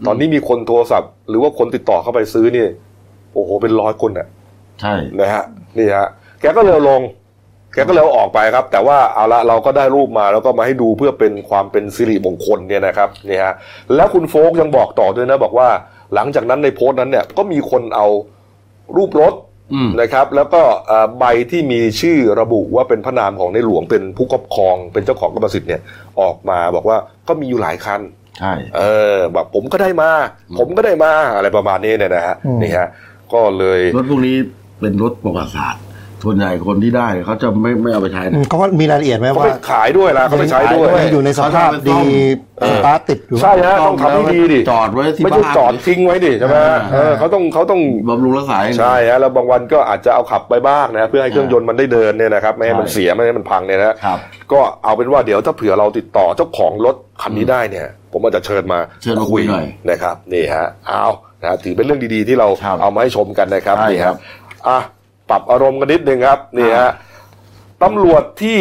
ตอนนี้มีคนโทรศัพท์ หรือว่าคนติดต่อเข้าไปซื้อนี่ โอ้โห เป็นร้อยคนน่ะ ใช่ นะฮะนี่ฮะแกก็เลยเอาลง แกก็เลยเอาออกไปครับ แต่ว่าเอาละเราก็ได้รูปมาแล้วก็มาให้ดูเพื่อเป็นความเป็นสิริมงคลเนี่ยนะครับนี่ฮะแล้วคุณโฟกยังบอกต่อด้วยนะ บอกว่าหลังจากนั้นในโพสต์นั้นเนี่ยก็มีคนเอารูปรถ อืม นะครับ แล้วก็เอ่อใบที่มีชื่อระบุว่าเป็นพระนามของในหลวงเป็นผู้ครอบครอง เป็นเจ้าของกรรมสิทธิ์เนี่ยออกมาบอกว่าก็มีอยู่หลายคัน ใช่ เออแบบผมก็ได้มา ผมก็ได้มาอะไรประมาณนี้เนี่ยนะฮะ อืม นี่ฮะก็เลย รถพวกนี้เป็นรถประวัติศาสตร์ส่วนใหญ่คนที่ได้เขาจะไม่ไม่เอาไปใช้ อืมนะเขาว่ามีรายละเอียดไหม เขา ว่า ไปขายด้วยนะเขาไปใช้ด้วย ยังอยู่ในสภาพดีสตาร์ทติดอยู่ ใช่ฮะต้องทำให้ดีดิ จอดไว้ที่ ไม่ บ้า ใช่ น จอดทิ้งไว้ดิใช่ไหม อ่า เออเขาต้องเขาต้อง บำรุงรักษาให้ ใช่ฮะแล้วบางวันก็อาจจะเอาขับไปบ้างนะเพื่อให้เครื่องยนต์มันได้เดินเนี่ยนะครับไม่ให้มัน ใช่ เสียไม่ให้มันพังเนี่ยนะ ครับ ก็เอาเป็นว่าเดี๋ยวถ้าเผื่อเราติดต่อเจ้าของรถคันนี้ได้เนี่ย ผมอาจจะเชิญมา เชิญมาคุยหน่อย นะครับนี่ฮะเอานะถือเป็นเรื่องดีๆที่เรา ครับ เอามาให้ชมกันนะครับ ใช่ นี่ ครับ อ่ะปรับอารมณ์กันนิดนึงครับนี่ฮะตำรวจที่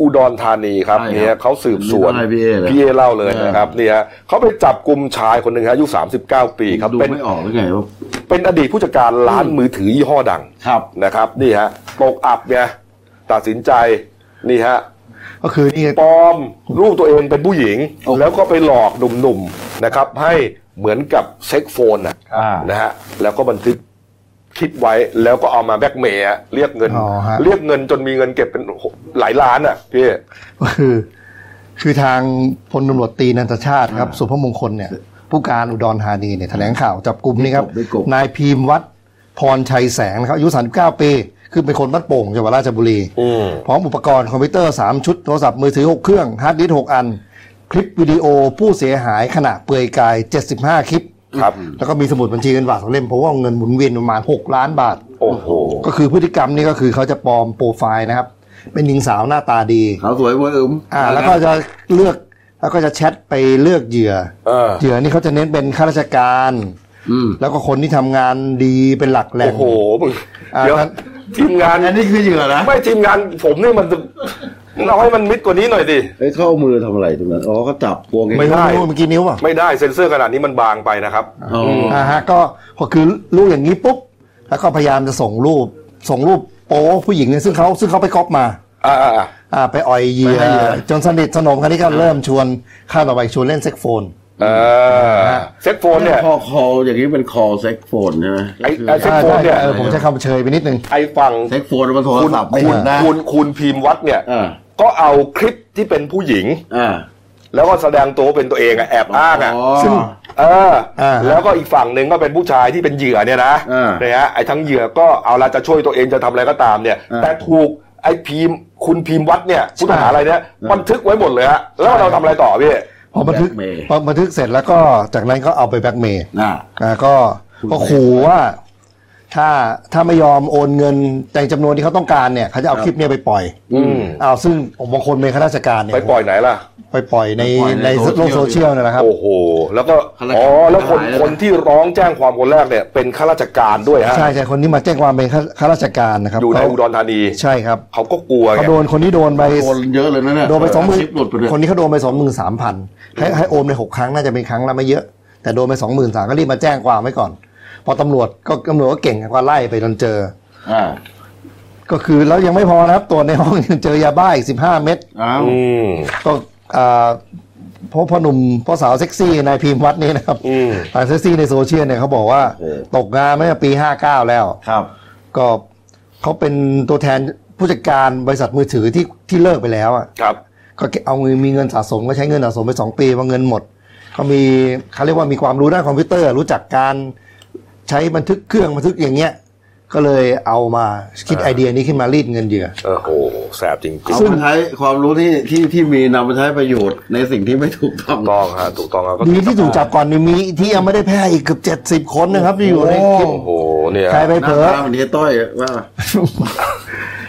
อุดรธานีครับ ใช่ครับ เนี่ยเขาสืบสวน นี่ต้องให้พี่เอเลย พี่เอเล่าเลย เออ นะครับนี่ฮะเขาไปจับกลุ่มชายคนหนึ่งฮะอายุ 39 ปีครับ ดู เป็น ไม่ออกหรือไงว่า เป็นอดีตผู้จัดการร้านมือถือยี่ห้อดัง ครับ นะครับนี่ฮะตกอับไงตัดสินใจนี่ฮะ ก็คือนี่ ปลอมรูปตัวเองเป็นผู้หญิง โอ้ แล้วก็ไปหลอกหนุ่มๆนะครับ ให้เหมือนกับเซ็กโฟนน่ะ อ่า นะฮะแล้วก็บันทึกคลิปไว้แล้วก็เอามาแบล็กเมย์อะเรียกเงิน อ๋อฮะ เรียกเงินจนมีเงินเก็บเป็นหลายล้านอ่ะพี่ ก็คือคือทางพลตำรวจตรีนันทชาติครับ สุพมงคลเนี่ย ผู้การอุดรธานีเนี่ยแถลงข่าวจับกลุ่มนี่ครับ ได้กบ นายพิมพ์วัดพรชัยแสงนะครับอายุ39 ปี คือเป็นคนบ้านโป่งจังหวัดราชบุรี อืม พร้อมอุปกรณ์คอมพิวเตอร์ 3 ชุด โทรศัพท์มือถือ 6 เครื่องฮาร์ดดิสก์6อัน คลิปวิดีโอผู้เสียหายขณะเปลือยกาย 75 คลิป ครับ แล้วก็มีสมุดบัญชีเงินฝากสองเล่มเพราะว่าเงินหมุนเวียนประมาณ 6 ล้านบาท โอ้โห ก็คือพฤติกรรมนี่ก็คือเขาจะปลอมโปรไฟล์นะครับ เป็นหญิงสาวหน้าตาดี ขาวสวยเวยอึม อ่าแล้วก็จะเลือกแล้วก็จะแชทไปเลือกเหยื่อ เออ เหยื่อนี่เขาจะเน้นเป็นข้าราชการ อืม แล้วก็คนที่ทำงานดีเป็นหลักแหล่ โอ้ ง โหมึง อ่า เดี๋ยว ท่าน ทีมงาน อันนี้คือเหยื่อนะ ไม่ทีมงานผมนี่มันเราให้มันมิดกว่านี้หน่อยดิ ไอ้ยเข้ามือทำอะไรตรงนั้นอ๋อก็จับพวง ไม่ ไง ด้ รู้เมื่อกี้นิ้วอ่ะ ไม่ได้เซ็นเซอร์ขนาดนี้มันบางไปนะครับ อ๋อ อ่าฮะก็พอคือรูปอย่างนี้ปุ๊บแล้วก็พยายามจะส่งรูปส่งรูปโป้ผู้หญิงเนี่ยซึ่งเขาซึ่งเขาไปก๊อปมา อ่าอ่า อ่าไปอ่อยเหยื่อจนสนิทสนมคันนี้ก็เริ่มชวนข้าต่อไปชวนเล่นเซ็กโฟน เออเซ็กโฟนเนี่ย พอคออย่างนี้เป็นคอเซ็กโฟนใช่ไหม ไอ้ ก็ ไอ้ คื Sex อ่า phone ใช่ เนี่ย เออผมใช้คำเชยไปนิดนึง ไอ้ฝั่ง เซ็กโฟนมันโทร คุณ ศัพท์ คุณ นะ คุณคุณพิมพ์วัดเนี่ย เออ ก็เอาคลิปที่เป็นผู้หญิง อ่า แล้วก็แสดงตัวเป็นตัวเองอะแอบอ้างอะ ซึ่ง เออ อ่า แล้วก็อีกฝั่งหนึ่งก็เป็นผู้ชายที่เป็นเหยื่อเนี่ยนะ อ่า เนี่ยฮะไอ้ทั้งเหยื่อก็เอาละจะช่วยตัวเองจะทำอะไรก็ตามเนี่ย อ่า แต่ถูกไอ้พิมพ์คุณพิมพ์วัดเนี่ยผู้ต้องหาอะไรเนี่ยบันทึกไว้หมดเลยฮะแล้วเราทำอะไรต่อพี่ พอบันทึก Blackmail พอบันทึกเสร็จแล้วก็จากนั้นก็เอาไปแบล็กเมย์ น่ะ อ่าก็ก็ขู่ว่าถ้าถ้าไม่ยอมโอนเงินในจำนวนที่เขาต้องการเนี่ยเขาจะเอาคลิปเนี่ยไปปล่อย อืม อ้าวซึ่งบางคนเป็นข้าราชการเนี่ย ไปปล่อยไหนล่ะ ไปปล่อยใน ไปปล่อยใน ในโลก โซ โซ เชี เชี ย ย ล ลเนยนะครับ โอ้โห แล้วก็ ข้าราชการ อ๋อแล้วคน ทั้งหลายเลยนะ คนที่ร้องแจ้งความคนแรกเนี่ยเป็นข้าราชการด้วยฮะ ใช่ใช่คนที่มาแจ้งความเป็นข้าข้าราชการนะครับ อยู่ใน เขา อุดรธานี ใช่ครับ เขาก็กลัวไง เขาโดนคนที่โดนไป โอนเยอะเลยนะเนี่ย โดนไปสองหมื่น ชิปหลุดไปเลย คนนี้เขาโดนไปสองหมื่นสามพันให้ให้โอนไปหกครั้งน่าจะเป็นครั้งละไม่เยอะ แต่โดนไปสองหมื่นสามก็รีบมาแจ้งความไว้ก่อน พอตำรวจก็ตำรวจก็เก่งก็ไล่ไปจนเจอ อ่า ก็คือแล้วยังไม่พอนะครับตรวจในห้องยังเจอยาบ้าอีกสิบห้าเม็ด อ้าว อืม ก็อ่าเพราะพ่อหนุ่มพ่อสาวเซ็กซี่นายพิมพ์วัดนี่นะครับ อืม ทางเซ็กซี่ในโซเชียลเนี่ยเขาบอกว่าตกงานเมื่อปีห้าเก้าแล้ว ครับ ก็เขาเป็นตัวแทนผู้จัดการบริษัทมือถือที่ที่เลิกไปแล้วอ่ะ ครับ ก็เก็บเอาเงินมีเงินสะสมก็ใช้เงินสะสมไปสองปีพอเงินหมด ก็มีเขาเรียกว่ามีความรู้ด้านคอมพิวเตอร์ รู้จักการใช้บันทึกเครื่องบันทึกอย่างเงี้ยก็เลยเอามาคิดไอเดียนี้ขึ้นมารีดเงินเหยื่อ โอ้โห แสบจริงๆ เอามาใช้ความรู้ที่ที่ที่มีนำมาใช้ประโยชน์ในสิ่งที่ไม่ถูกต้อง ถูกต้องฮะ ถูกต้องครับ ดีที่ถูกจับก่อนนี่มีที่ยังไม่ได้แพร่อีกเกือบเจ็ดสิบ70 คนนะครับที่อยู่ในคลิป โอ้โห เนี่ย ใครไปเผลอ หน้าตาเหมือนเฮียต้อยว่า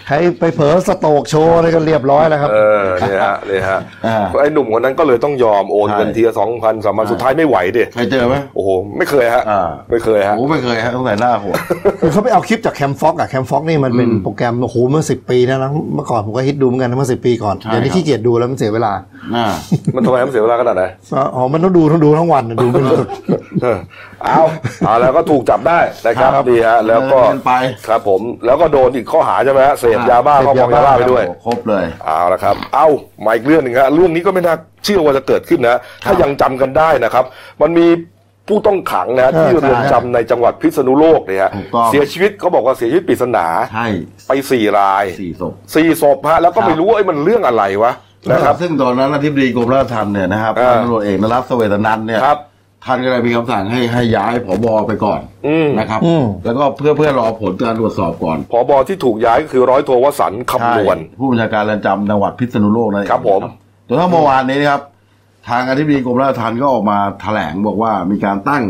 ใครไปเผลอสโตรกโชว์อะไรกันเรียบร้อยแล้วครับ เออเนี่ยฮะเนี่ยฮะ อ่า ไอ้หนุ่มคนนั้นก็เลยต้องยอมโอนเงิน ใช่ ทีละสองพันสามพันสุดท้ายไม่ไหวดิ ใครเจอไหม โอ้โห ไม่เคยฮะ อ่า ไม่เคยฮะ โอ้ไม่เคยฮะตั้งแต่หน้าหัว คือเขาไปเอาคลิปจากแคมฟ็อกอะแคมฟ็อกนี่มันเป็น อืม โปรแกรมโอ้โหเมื่อสิบปีแล้วนะเมื่อก่อนผมก็ฮิตดูเหมือนกันนะเมื่อสิบปีก่อน ใช่ เดี๋ยวนี้ขี้เกียจดูแล้วมันเสียเวลา หน้า มันทำไมมันเสียเวลาขนาดไหน อ๋อมันต้องดูต้องดูทั้งวันนะดูไม่ห ยุด เออเอาเอาแล้วก็ถูกจับได้นะครับ ครับ ดีฮะ แล้วก็ เดินไป ครับผม แล้วก็โดนอีกข้อหาใช่ไหมฮะ เสพยาบ้า เสพ ครอบครองายายบ้า บ้าไปด้วย โอ้ครบเลย เอาละครับ เอามาอีกเรื่องหนึ่งฮะเรื่องนี้ก็ไม่น่าเชื่อว่าจะเกิดขึ้นนะ ถ้ายังจำกันได้นะครับ มันมี ผู้ต้องขังนะ เออ ที่เรือน ใช่ จำในจังหวัดพิษณุโลกเนี่ยฮะ ถูกต้อง เสียชีวิตเขาบอกว่าเสียชีวิตปริศนา ใช่ ไปสี่ราย สี่ศพ สี่ศพฮะแล้วก็ ครับ ไม่รู้ว่าไอ้มันเรื่องอะไรวะ นะ นะ ค ค รั รั บบ ซึ่งตอนนั้นอธิบดีกรมราชทัณฑ์เนี่ยนะครับ เออ พันตำรวจเอกนรัตน์เสเวตนันท์เนี่ย ครับ ท่านก็เลยมีคำสั่งให้ให้ย้ายผบไปก่อน อืม นะครับ อืม แล้วก็เพื่อเพื่อรอผลการตรวจสอบก่อน ผอบอที่ถูกย้ายก็คือร้อยโทวสันต์คำนวณ ใช่ผู้บัญชาการเรือนจำจังหวัดพิษณุโลกนั่นเอง ครับผม จนถ้าเมื่อวานนี้นะครับ ทางอธิบดีกรมราชทัณฑ์ก็ออกมาแถลงบอกว่ามีการตั้ง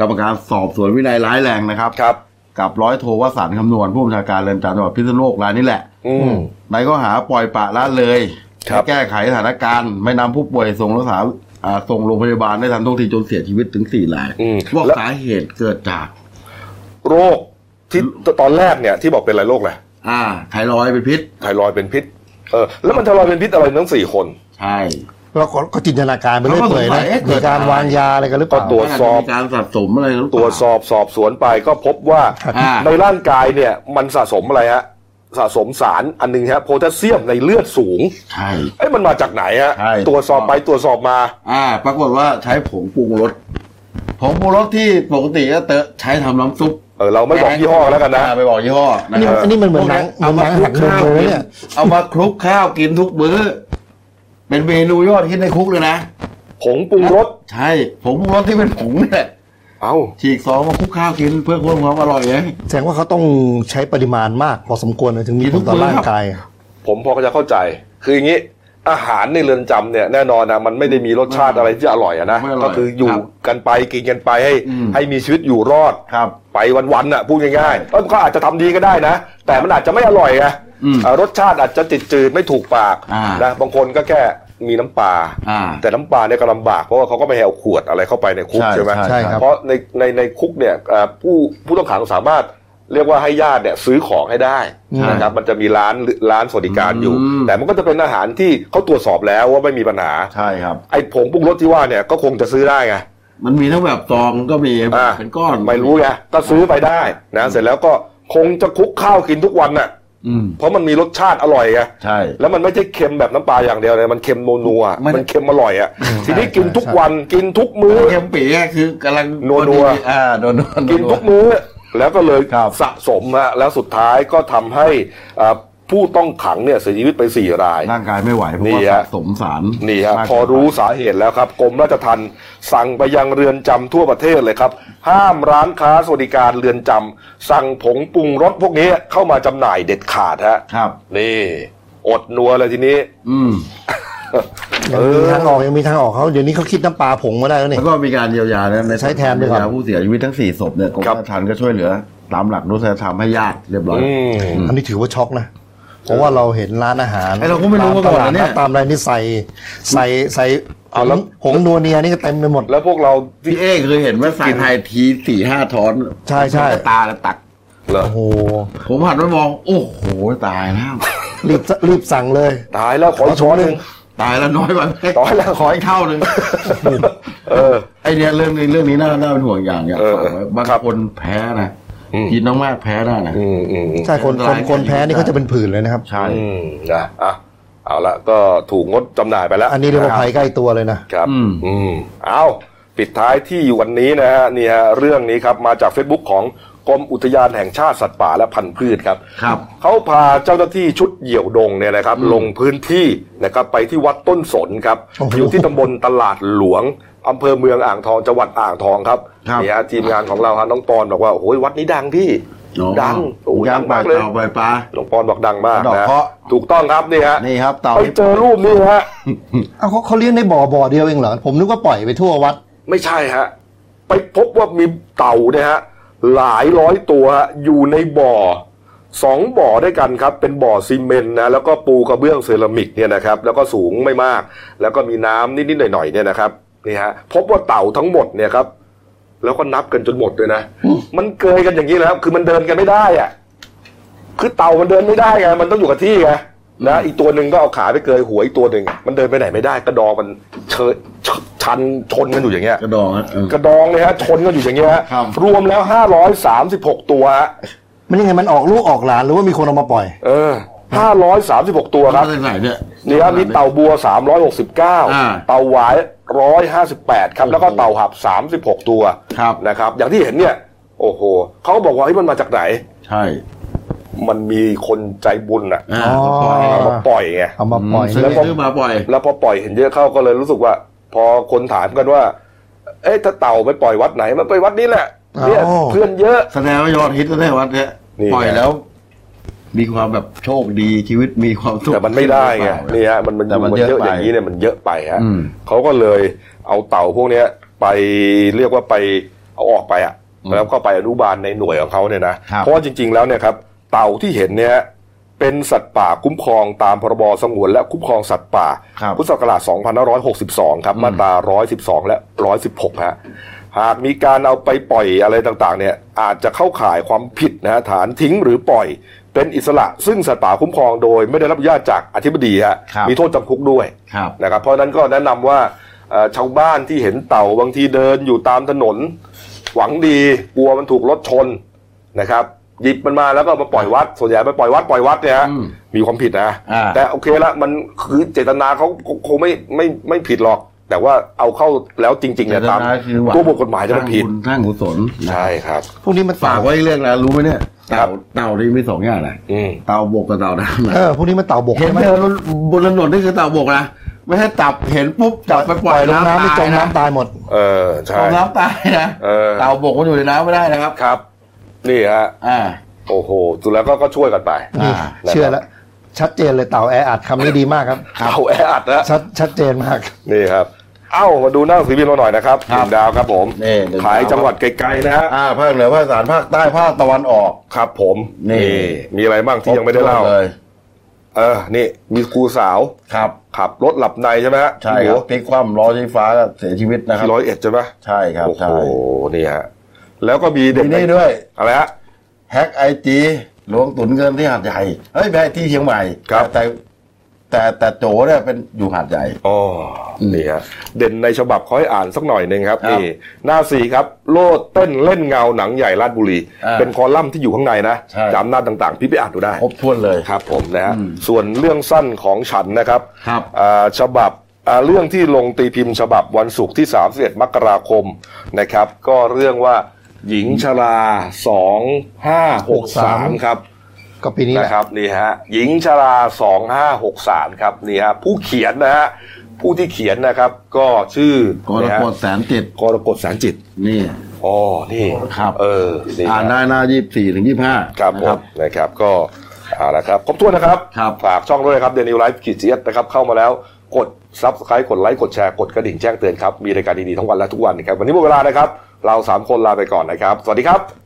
กรรมการสอบสวนวินัยร้ายแรงนะครับ ครับ กับร้อยโทวสันต์คำนวณผู้บัญชาการเรือนจำจังหวัดพิษณุโลกรายนี้แหละ อืม ในข้อหาปล่อยปละละเลย ครับ ไม่แก้ไขสถานการณ์ ไม่นำผู้ป่วยส่งรักษาอ่าส่งโรงพยาบาลได้ทันท่วงทีจนเสียชีวิตถึงสี่ราย อืม ว่า แล้ว สาเหตุเกิดจาก โรคที่ตอนแรกเนี่ยที่บอกเป็นอะไรโรคแหละ อ่าไทรอยด์เป็นพิษ ไทรอยด์เป็นพิษเออแล้วมันไทรอยด์เป็นพิษอะไรทั้งสี่คน ใช่ เราก็ก็จินตนาการไปเรื่อยเปื่อย เราก็สงสัยนะเอ๊ะเกิ มี ดอะไร การวางยาอะไรกันหรือเปล่า ก็ตรวจ สอบ น่าจะมีการสะสมอะไรหรือเป ต ล่า รวจสอบสอบสวนไปก็พบว่า อ่า ในร่างกายเนี่ยมันสะสมอะไรฮะสะสมสารอันหนึงฮะโพแทสเซียมในเลือดสูง ใช่ เอ้ยมันมาจากไหนฮะ ใช่ ตรวจสอบไปตรวจสอบมา อ่า ปรากฏว่าใช้ผงปรุงรสผงปรุงรสที่ปกติก็เตอะใช้ทำน้ำซุป เออเราไม่บอกยี่ห้อแล้วกันนะ าไม่บอกยี่ห้อนะครั อันนี้มันเหมือนหนัง เอามา เหมื ค อนหนั ลุ ง กข้าว หักมุมกินเลยเนี่ย เอามาคลุกข้าวกินทุกมื้อ เป็นเมนูยอดฮิตในคุกเลยนะ ผงปรุงรส ใช่ผงปรุงรสที่เป็นผงเนี่ย เอ้า ฉีกซองมาคลุกข้าวกินเพื่อเพิ่มความอร่อยไง แสดงว่าเขาต้องใช้ปริมาณมากพอสมควรนะถึงมีผลต่อร่างกาย ผมพอจะเข้าใจ คืออย่างนี้ อาหารในเรือนจำเนี่ยแน่นอนนะมันไม่ได้มีรสชาติอะไรที่อร่อยอะนะ ไม่อร่อย ก็คืออยู่ ครับ กันไปกินกันไปให้ อืม ให้มีชีวิตอยู่รอด ครับ ไปวันๆน่ะพูดง่ายๆเอ้ยมันก็อาจจะทำดีก็ได้นะ แต่มันอาจจะไม่อร่อยไง อืม เอ่อรสชาติอาจจะติดจืดไม่ถูกปาก อ่าน นะบางคนก็แค่มีน้ำปลา อ่า แต่น้ำปลาเนี่ยก็ลำบากเพราะว่าเขาก็ไม่ให้เอาขวดอะไรเข้าไปในคุก ใช่ ใช่ไหม ใช่ ใช่ครับ เพราะในในในคุกเนี่ยเอ่อผู้ผู้ต้องขังสามารถเรียกว่าให้ญาติเนี่ยซื้อของให้ได้ ใช่ นะครับมันจะมีร้านร้านสวัสดิการอยู่ อืม แต่มันก็จะเป็นอาหารที่เขาตรวจสอบแล้วว่าไม่มีปัญหา ใช่ครับ ไอ้ผงปรุงรสที่ว่าเนี่ยก็คงจะซื้อได้ไง มันมีทั้งแบบซองก็มีเป็นก้อน ไม่รู้ไงก็ซื้อไปได้นะเสร็จแล้วก็คงจะคลุกข้าวกินทุกวันน่ะ อืม เพราะมันมีรสชาติอร่อยไง ใช่ แล้วมันไม่ใช่เค็มแบบน้ำปลาอย่างเดียวเลยมันเค็มนัวๆ ไม่ได้ มันเค็มอร่อยอ่ะทีนี้กินทุกวันกินทุกมื้อ เค็มปีอะคือกำลัง นัวๆ พอดีอ่านัวๆ กินทุกมื้อแล้วก็เลย ครับ สะสมฮะแล้วสุดท้ายก็ทำให้อ่าผู้ต้องขังเนี่ยเสียชีวิตไปสี่ราย ร่างกายไม่ไหวเพ นี่ ราะว่า ฮะ สะสมสาร นี่ครับ มาก พอรู้สาเหตุแล้วครับกรมราชทัณฑ์สั่งไปยังเรือนจำทั่วประเทศเลยครับ ห้ามร้านค้าสวัสดิการเรือนจำสั่งผงปรุงรสพวกนี้เข้ามาจำหน่ายเด็ดขาดฮะ ครับ นี่อดนัวเลยทีนี้ อืม ยังมีทางออกยังมีทางออกเขาเดี๋ยวนี้เขาคิดน้ำปลาผงมาได้แล้วนี่ แล้วก็มีการเยียวยานะใน ใช้แทนด้วย เยีย ครับ วยาผู้เสียชีวิตทั้งสี่ศพเนี่ยกรม ครับ ราชทัณฑ์ก็ช่วยเหลือ ตามหลักนุษยธรรมให้ญาติเรียบร้อย อืม อันนี้ถือว่าช็อกนะ เพราะว่าเราเห็นร้านอาหาร ไอ้เราก็ไม่รู้มาก่อนนะเนี่ย ตมตลาดตามอะไรนี่ใส่ใส่ใส่ เอาแล้ว ผงนัวเนียนี่ก็เต็มไปหมด แล้วพวกเราที่ พี่เอเคยเห็นว่าสายไทยทีสี่ห้าท้อน ใช่ใช่ ตาแล้วตัก เหรอ โอ้โห ผมหันไปมอง โอ้โห ตายแล้ว รีบรีบสั่งเลย ตายแล้วขออีกช้อนหนึ่ง ตายแล้วน้อยไปไหม น้อยแล้ว ขออีกเท่าหนึ่ง เออ ไอเนี้ยเรื่องนี้เรื่องนี้น่าน่าเป็นห่วงอย่างเนี่ย เออ ฝากไว้บาง ครับ คนแพ้นะ อืม กินมากๆแพ้ได้นะ อืมอืมอืม ใช่คนคน ร้าน คนแพ้นี่ ขาย เขาจะเป็นผื่นเลยนะครับ ใช่ อืมนะอ่ะเอาละก็ถูกงดจำหน่ายไปแล้ว อันนี้เรียกว่าภัยใกล้ตัวเลยนะ ครับ อืม อืม เอาปิดท้ายที่อยู่วันนี้นะฮะนี่ฮะเรื่องนี้ครับ มาจาก Facebook ของกรมอุทยานแห่งชาติสัตว์ป่าและพันธุ์พืชครับ ครับ เขาพาเจ้าหน้าที่ชุดเหี่ยวดงเนี่ยนะครับ ลงพื้นที่นะครับไปที่วัดต้นสนครับ โอ้โห อยู่ที่ตำบลตลาดหลวงอำเภอเมืองอ่างทองจังหวัดอ่างทองครับ ครับ นี่ฮะทีมงานของเราฮะน้องปอนบอกว่าโอ้โหวัดนี้ดังพี่ ดังโอ้โห ยั ดั งปามงาก กเลย เต่าไปปลา หลวงปอนบอกดังมาก ดอก นะ เคราะห์ ถูกต้องครับนี่ฮะ นี่ครับเต่า ไปเจอรูปนี่ฮะ เอาเขาเขาเลี้ยงในบ่อบ่อเดียวเองเหรอ ผมนึกว่าปล่อยไปทั่ววัด ไม่ใช่ฮะ ไปพบว่ามีเต่าเนี่ยฮะ หลายร้อยตัวฮะอยู่ในบ่อสองบ่อด้วยกันครับ เป็นบ่อซีเมนต์นะแล้วก็ปูกระเบื้องเซรามิกเนี่ยนะครับ แล้วก็สูงไม่มาก แล้วก็มีน้ำนิดๆหน่อยๆเนี่ยนะครับนี่ฮะพบว่าเต่าทั้งหมดเนี่ยครับ แล้วก็นับกันจนหมดเลยนะมันเกยกันอย่างนี้แล้วคือมันเดินกันไม่ได้อะคือเต่ามันเดินไม่ได้ไงมันต้องอยู่กับที่ไงนะอีกตัวหนึ่งก็เอาขาไปเกยหัวอีกตัวหนึ่งมันเดินไปไหนไม่ได้ กระดองมันเชยเชยชันชนกันอยู่อย่างเงี้ย กระดองอะเออ กระดองเลยฮะชนกันอยู่อย่างเงี้ยฮะ ครับ รวมแล้ว 536 ตัวฮะ มันยังไงมันออกลูกออกหลานหรือว่ามีคนเอามาปล่อย เออ 536 ตัว ป ค ลา รับ ใส่ไหนเนี่ย นี่ครับมีเต่าบัว อ่า 369 เต่าหวาย 158 ครับ แล้วก็เต่าหับ 36 ตัว ครับ นะครับ อย่างที่เห็นเนี่ย โอ้โหเขาบอกว่าเฮ้ยมันมาจากไหน ใช่ มันมีคนใจบุญอะ อ่า อ๋อ ปล่เอามาปล่ออยยไง เอามาปล่อย ซื้อซื้อมาปล่อย แล้วพอปล่อยเห็นเยอะเข้าก็เลยรู้สึกว่า พอคนถามกันว่า เอ๊ะถ้าเต่าไปปล่อยวัดไหน มันไปวัดนี้แหละเนี่ย อ๋อ เพื่อนเยอะ แสดงว่ายอดฮิตแน่วัดเนี้ย นี่ ปล่อยแล้ว มีความแบบโชคดีชีวิตมีความสุข แต่มันไม่ได้ไง หรือเปล่า นี่ฮะมันมัน แต่มัน มัน เย เย อะ อะ ไป อย่างนี้เนี่ยมันเยอะไปฮะ อืม เขาก็เลยเอาเต่าพวกเนี้ยไปเรียกว่าไปเอาออกไปอะแล้วก็ไปอนุบาลในหน่วยของเขาเนี่ยนะครับ เพราะว่าจริง ๆแล้วเนี่ยครับ เต่าที่เห็นเนี่ยเป็นสัตว์ป่าคุ้มครองตามพรบสงวนและคุ้มครองสัตว์ป่า ครับ พุทธศักราช 2562 ครับ มาตรา 112 และ 116 ฮะ หากมีการเอาไปปล่อยอะไรต่างๆ เนี่ย อาจจะเข้าข่ายความผิดนะฮะฐานทิ้งหรือปล่อย เป็นอิสระซึ่งสัตว์ป่าคุ้มครองโดยไม่ได้รับอนุญาตจากอธิบดีฮะ ครับ มีโทษจำคุกด้วย ครับ นะครับ เพราะฉะนั้นก็แนะนำว่าเอ่อชาวบ้านที่เห็นเต่าบางทีเดินอยู่ตามถนน หวังดีกลัวมันถูกรถชนนะครับ หยิบมันมาแล้วก็เอามาปล่อยวัด ส่วนใหญ่ไปปล่อยวัดปล่อยวัดเนี่ยฮะ อืม มีความผิดนะ อ่า แต่โอเคละมันคือเจตนาเขาคงไม่ไม่ไม่ผิดหรอก แต่ว่าเอาเข้าแล้วจริงๆเนี่ยตาม จตนคือหวัง ตัวบทกฎหมายจะมันผิด สร้างบุญสร้างกุศลนะ ใช่ครับ พวกนี้มัน ฝา เต่าก ไว้เรื่องนะรู้ไหมเนี่ย ครับเต่าเต่านี่มีสองอย่างนะ อืม เต่าบกกับเต่าน้ำนะ เออพวกนี้มันเต่าบก เห็น ใช่ไหม เดินบนถนนนี่คือเต่าบกนะไม่ใช่จับเห็นปุ๊บจับไปปล่อย ลง น้ำ น้ำไม่จ ตาย ม นะ น้ำตายหมด เออใช่ จมน้ำตายนะ เออ เต่าบกมันอยู่ในน้ำไม่ได้นะครับ ครับ นี่ฮะ อ่า โอ้โหสุดแล้วก็ก็ช่วยกันไป นี่ อ่า เชื่อแล้ว ชัดเจนเลยเต่าแออัดคำนี้ดีมากครับ เอาแออัดนะ ชัดชัดเจนมาก นี่ครับ เอ้ามาดูหน้าหนังสือพิมพ์เราหน่อยนะครับห ครับ นึ่งดาวครับผม นี่หนึ่งดาว ขายจังหวัดไกลๆนะฮะ อ่าภาคเหนือภาคอีสานภาคใต้ภาคตะวันออก ครับผม นี่ มีอะไรบ้างที่ยังไม่ได้เล่า ครบถ้วนเลย เออ นี่มีครูสาว ครับ ขับรถหลับในใช่ไหมฮะ ใช่ครับพลิกคว่ำล้อชี้ฟ้าก็เสียชีวิตนะครั ที่ บ ร้อยเอ็ดใช่ไหม ใช่ครับ โอ้โห ใช่ นี่ฮะ แล้วก็มีเด็ ที ก นี่ด้วย อะไรฮะ แฮ็กไอจีหลวงตุนเงินที่หาดใหญ่เฮ้ยไม่ใช่ที่เชียงใหม่ ครับ แต่แต่แต่โจเนี่ยเป็นอยู่หาดใหญ่ อ๋อนี่ฮะ เด่นในฉบับขอให้อ่านสักหน่อยหนึ่งครับ ครับ นี่หน้าสี่ครับ โลดเต้นเล่นเงาหนังใหญ่ราชบุรี อ่า เป็นคอลัมน์ที่อยู่ข้างในนะ ใช่ จำหน้าต่างๆ พี่ไปอ่านดูได้ ครบถ้วนเลย ครับผมนะฮะส่วนเรื่องสั้นของฉันนะครับ ครับ อ่าฉบับอ่าเรื่องที่ลงตีพิมพ์ฉบับวันศุกร์ที่ 31 มกราคมนะครับ ก็เรื่องว่าหญิงชรา 2563 ครับ ก็ปีนี้แหละ นะครับนี่ฮะหญิงชรา2563 ครับนี่ฮะผู้เขียนนะฮะผู้ที่เขียนนะครับ ก็ชื่อก รกฎแสนจิต กรกฎแสนจิต นี่ อ๋อนี่ ครับ เออนี่ อ่านได้หน้ายี่สี่ถึงยี่ห้า ครับผมนะครับก็เอาละครับครบถ้วนนะครับ ครับ ฝากช่องด้วยนะครับเดนิวไลฟ์ขีดเจียนะครับเข้ามาแล้วกดซับสไครต์กดไลค์กดแชร์กดกระดิ่งแจ้งเตือนครับมีรายการดีๆทั้งวันและทุกวันนะครับวันนี้หมดเวลานะครับเราสามคนลาไปก่อนนะครับ สวัสดีครับ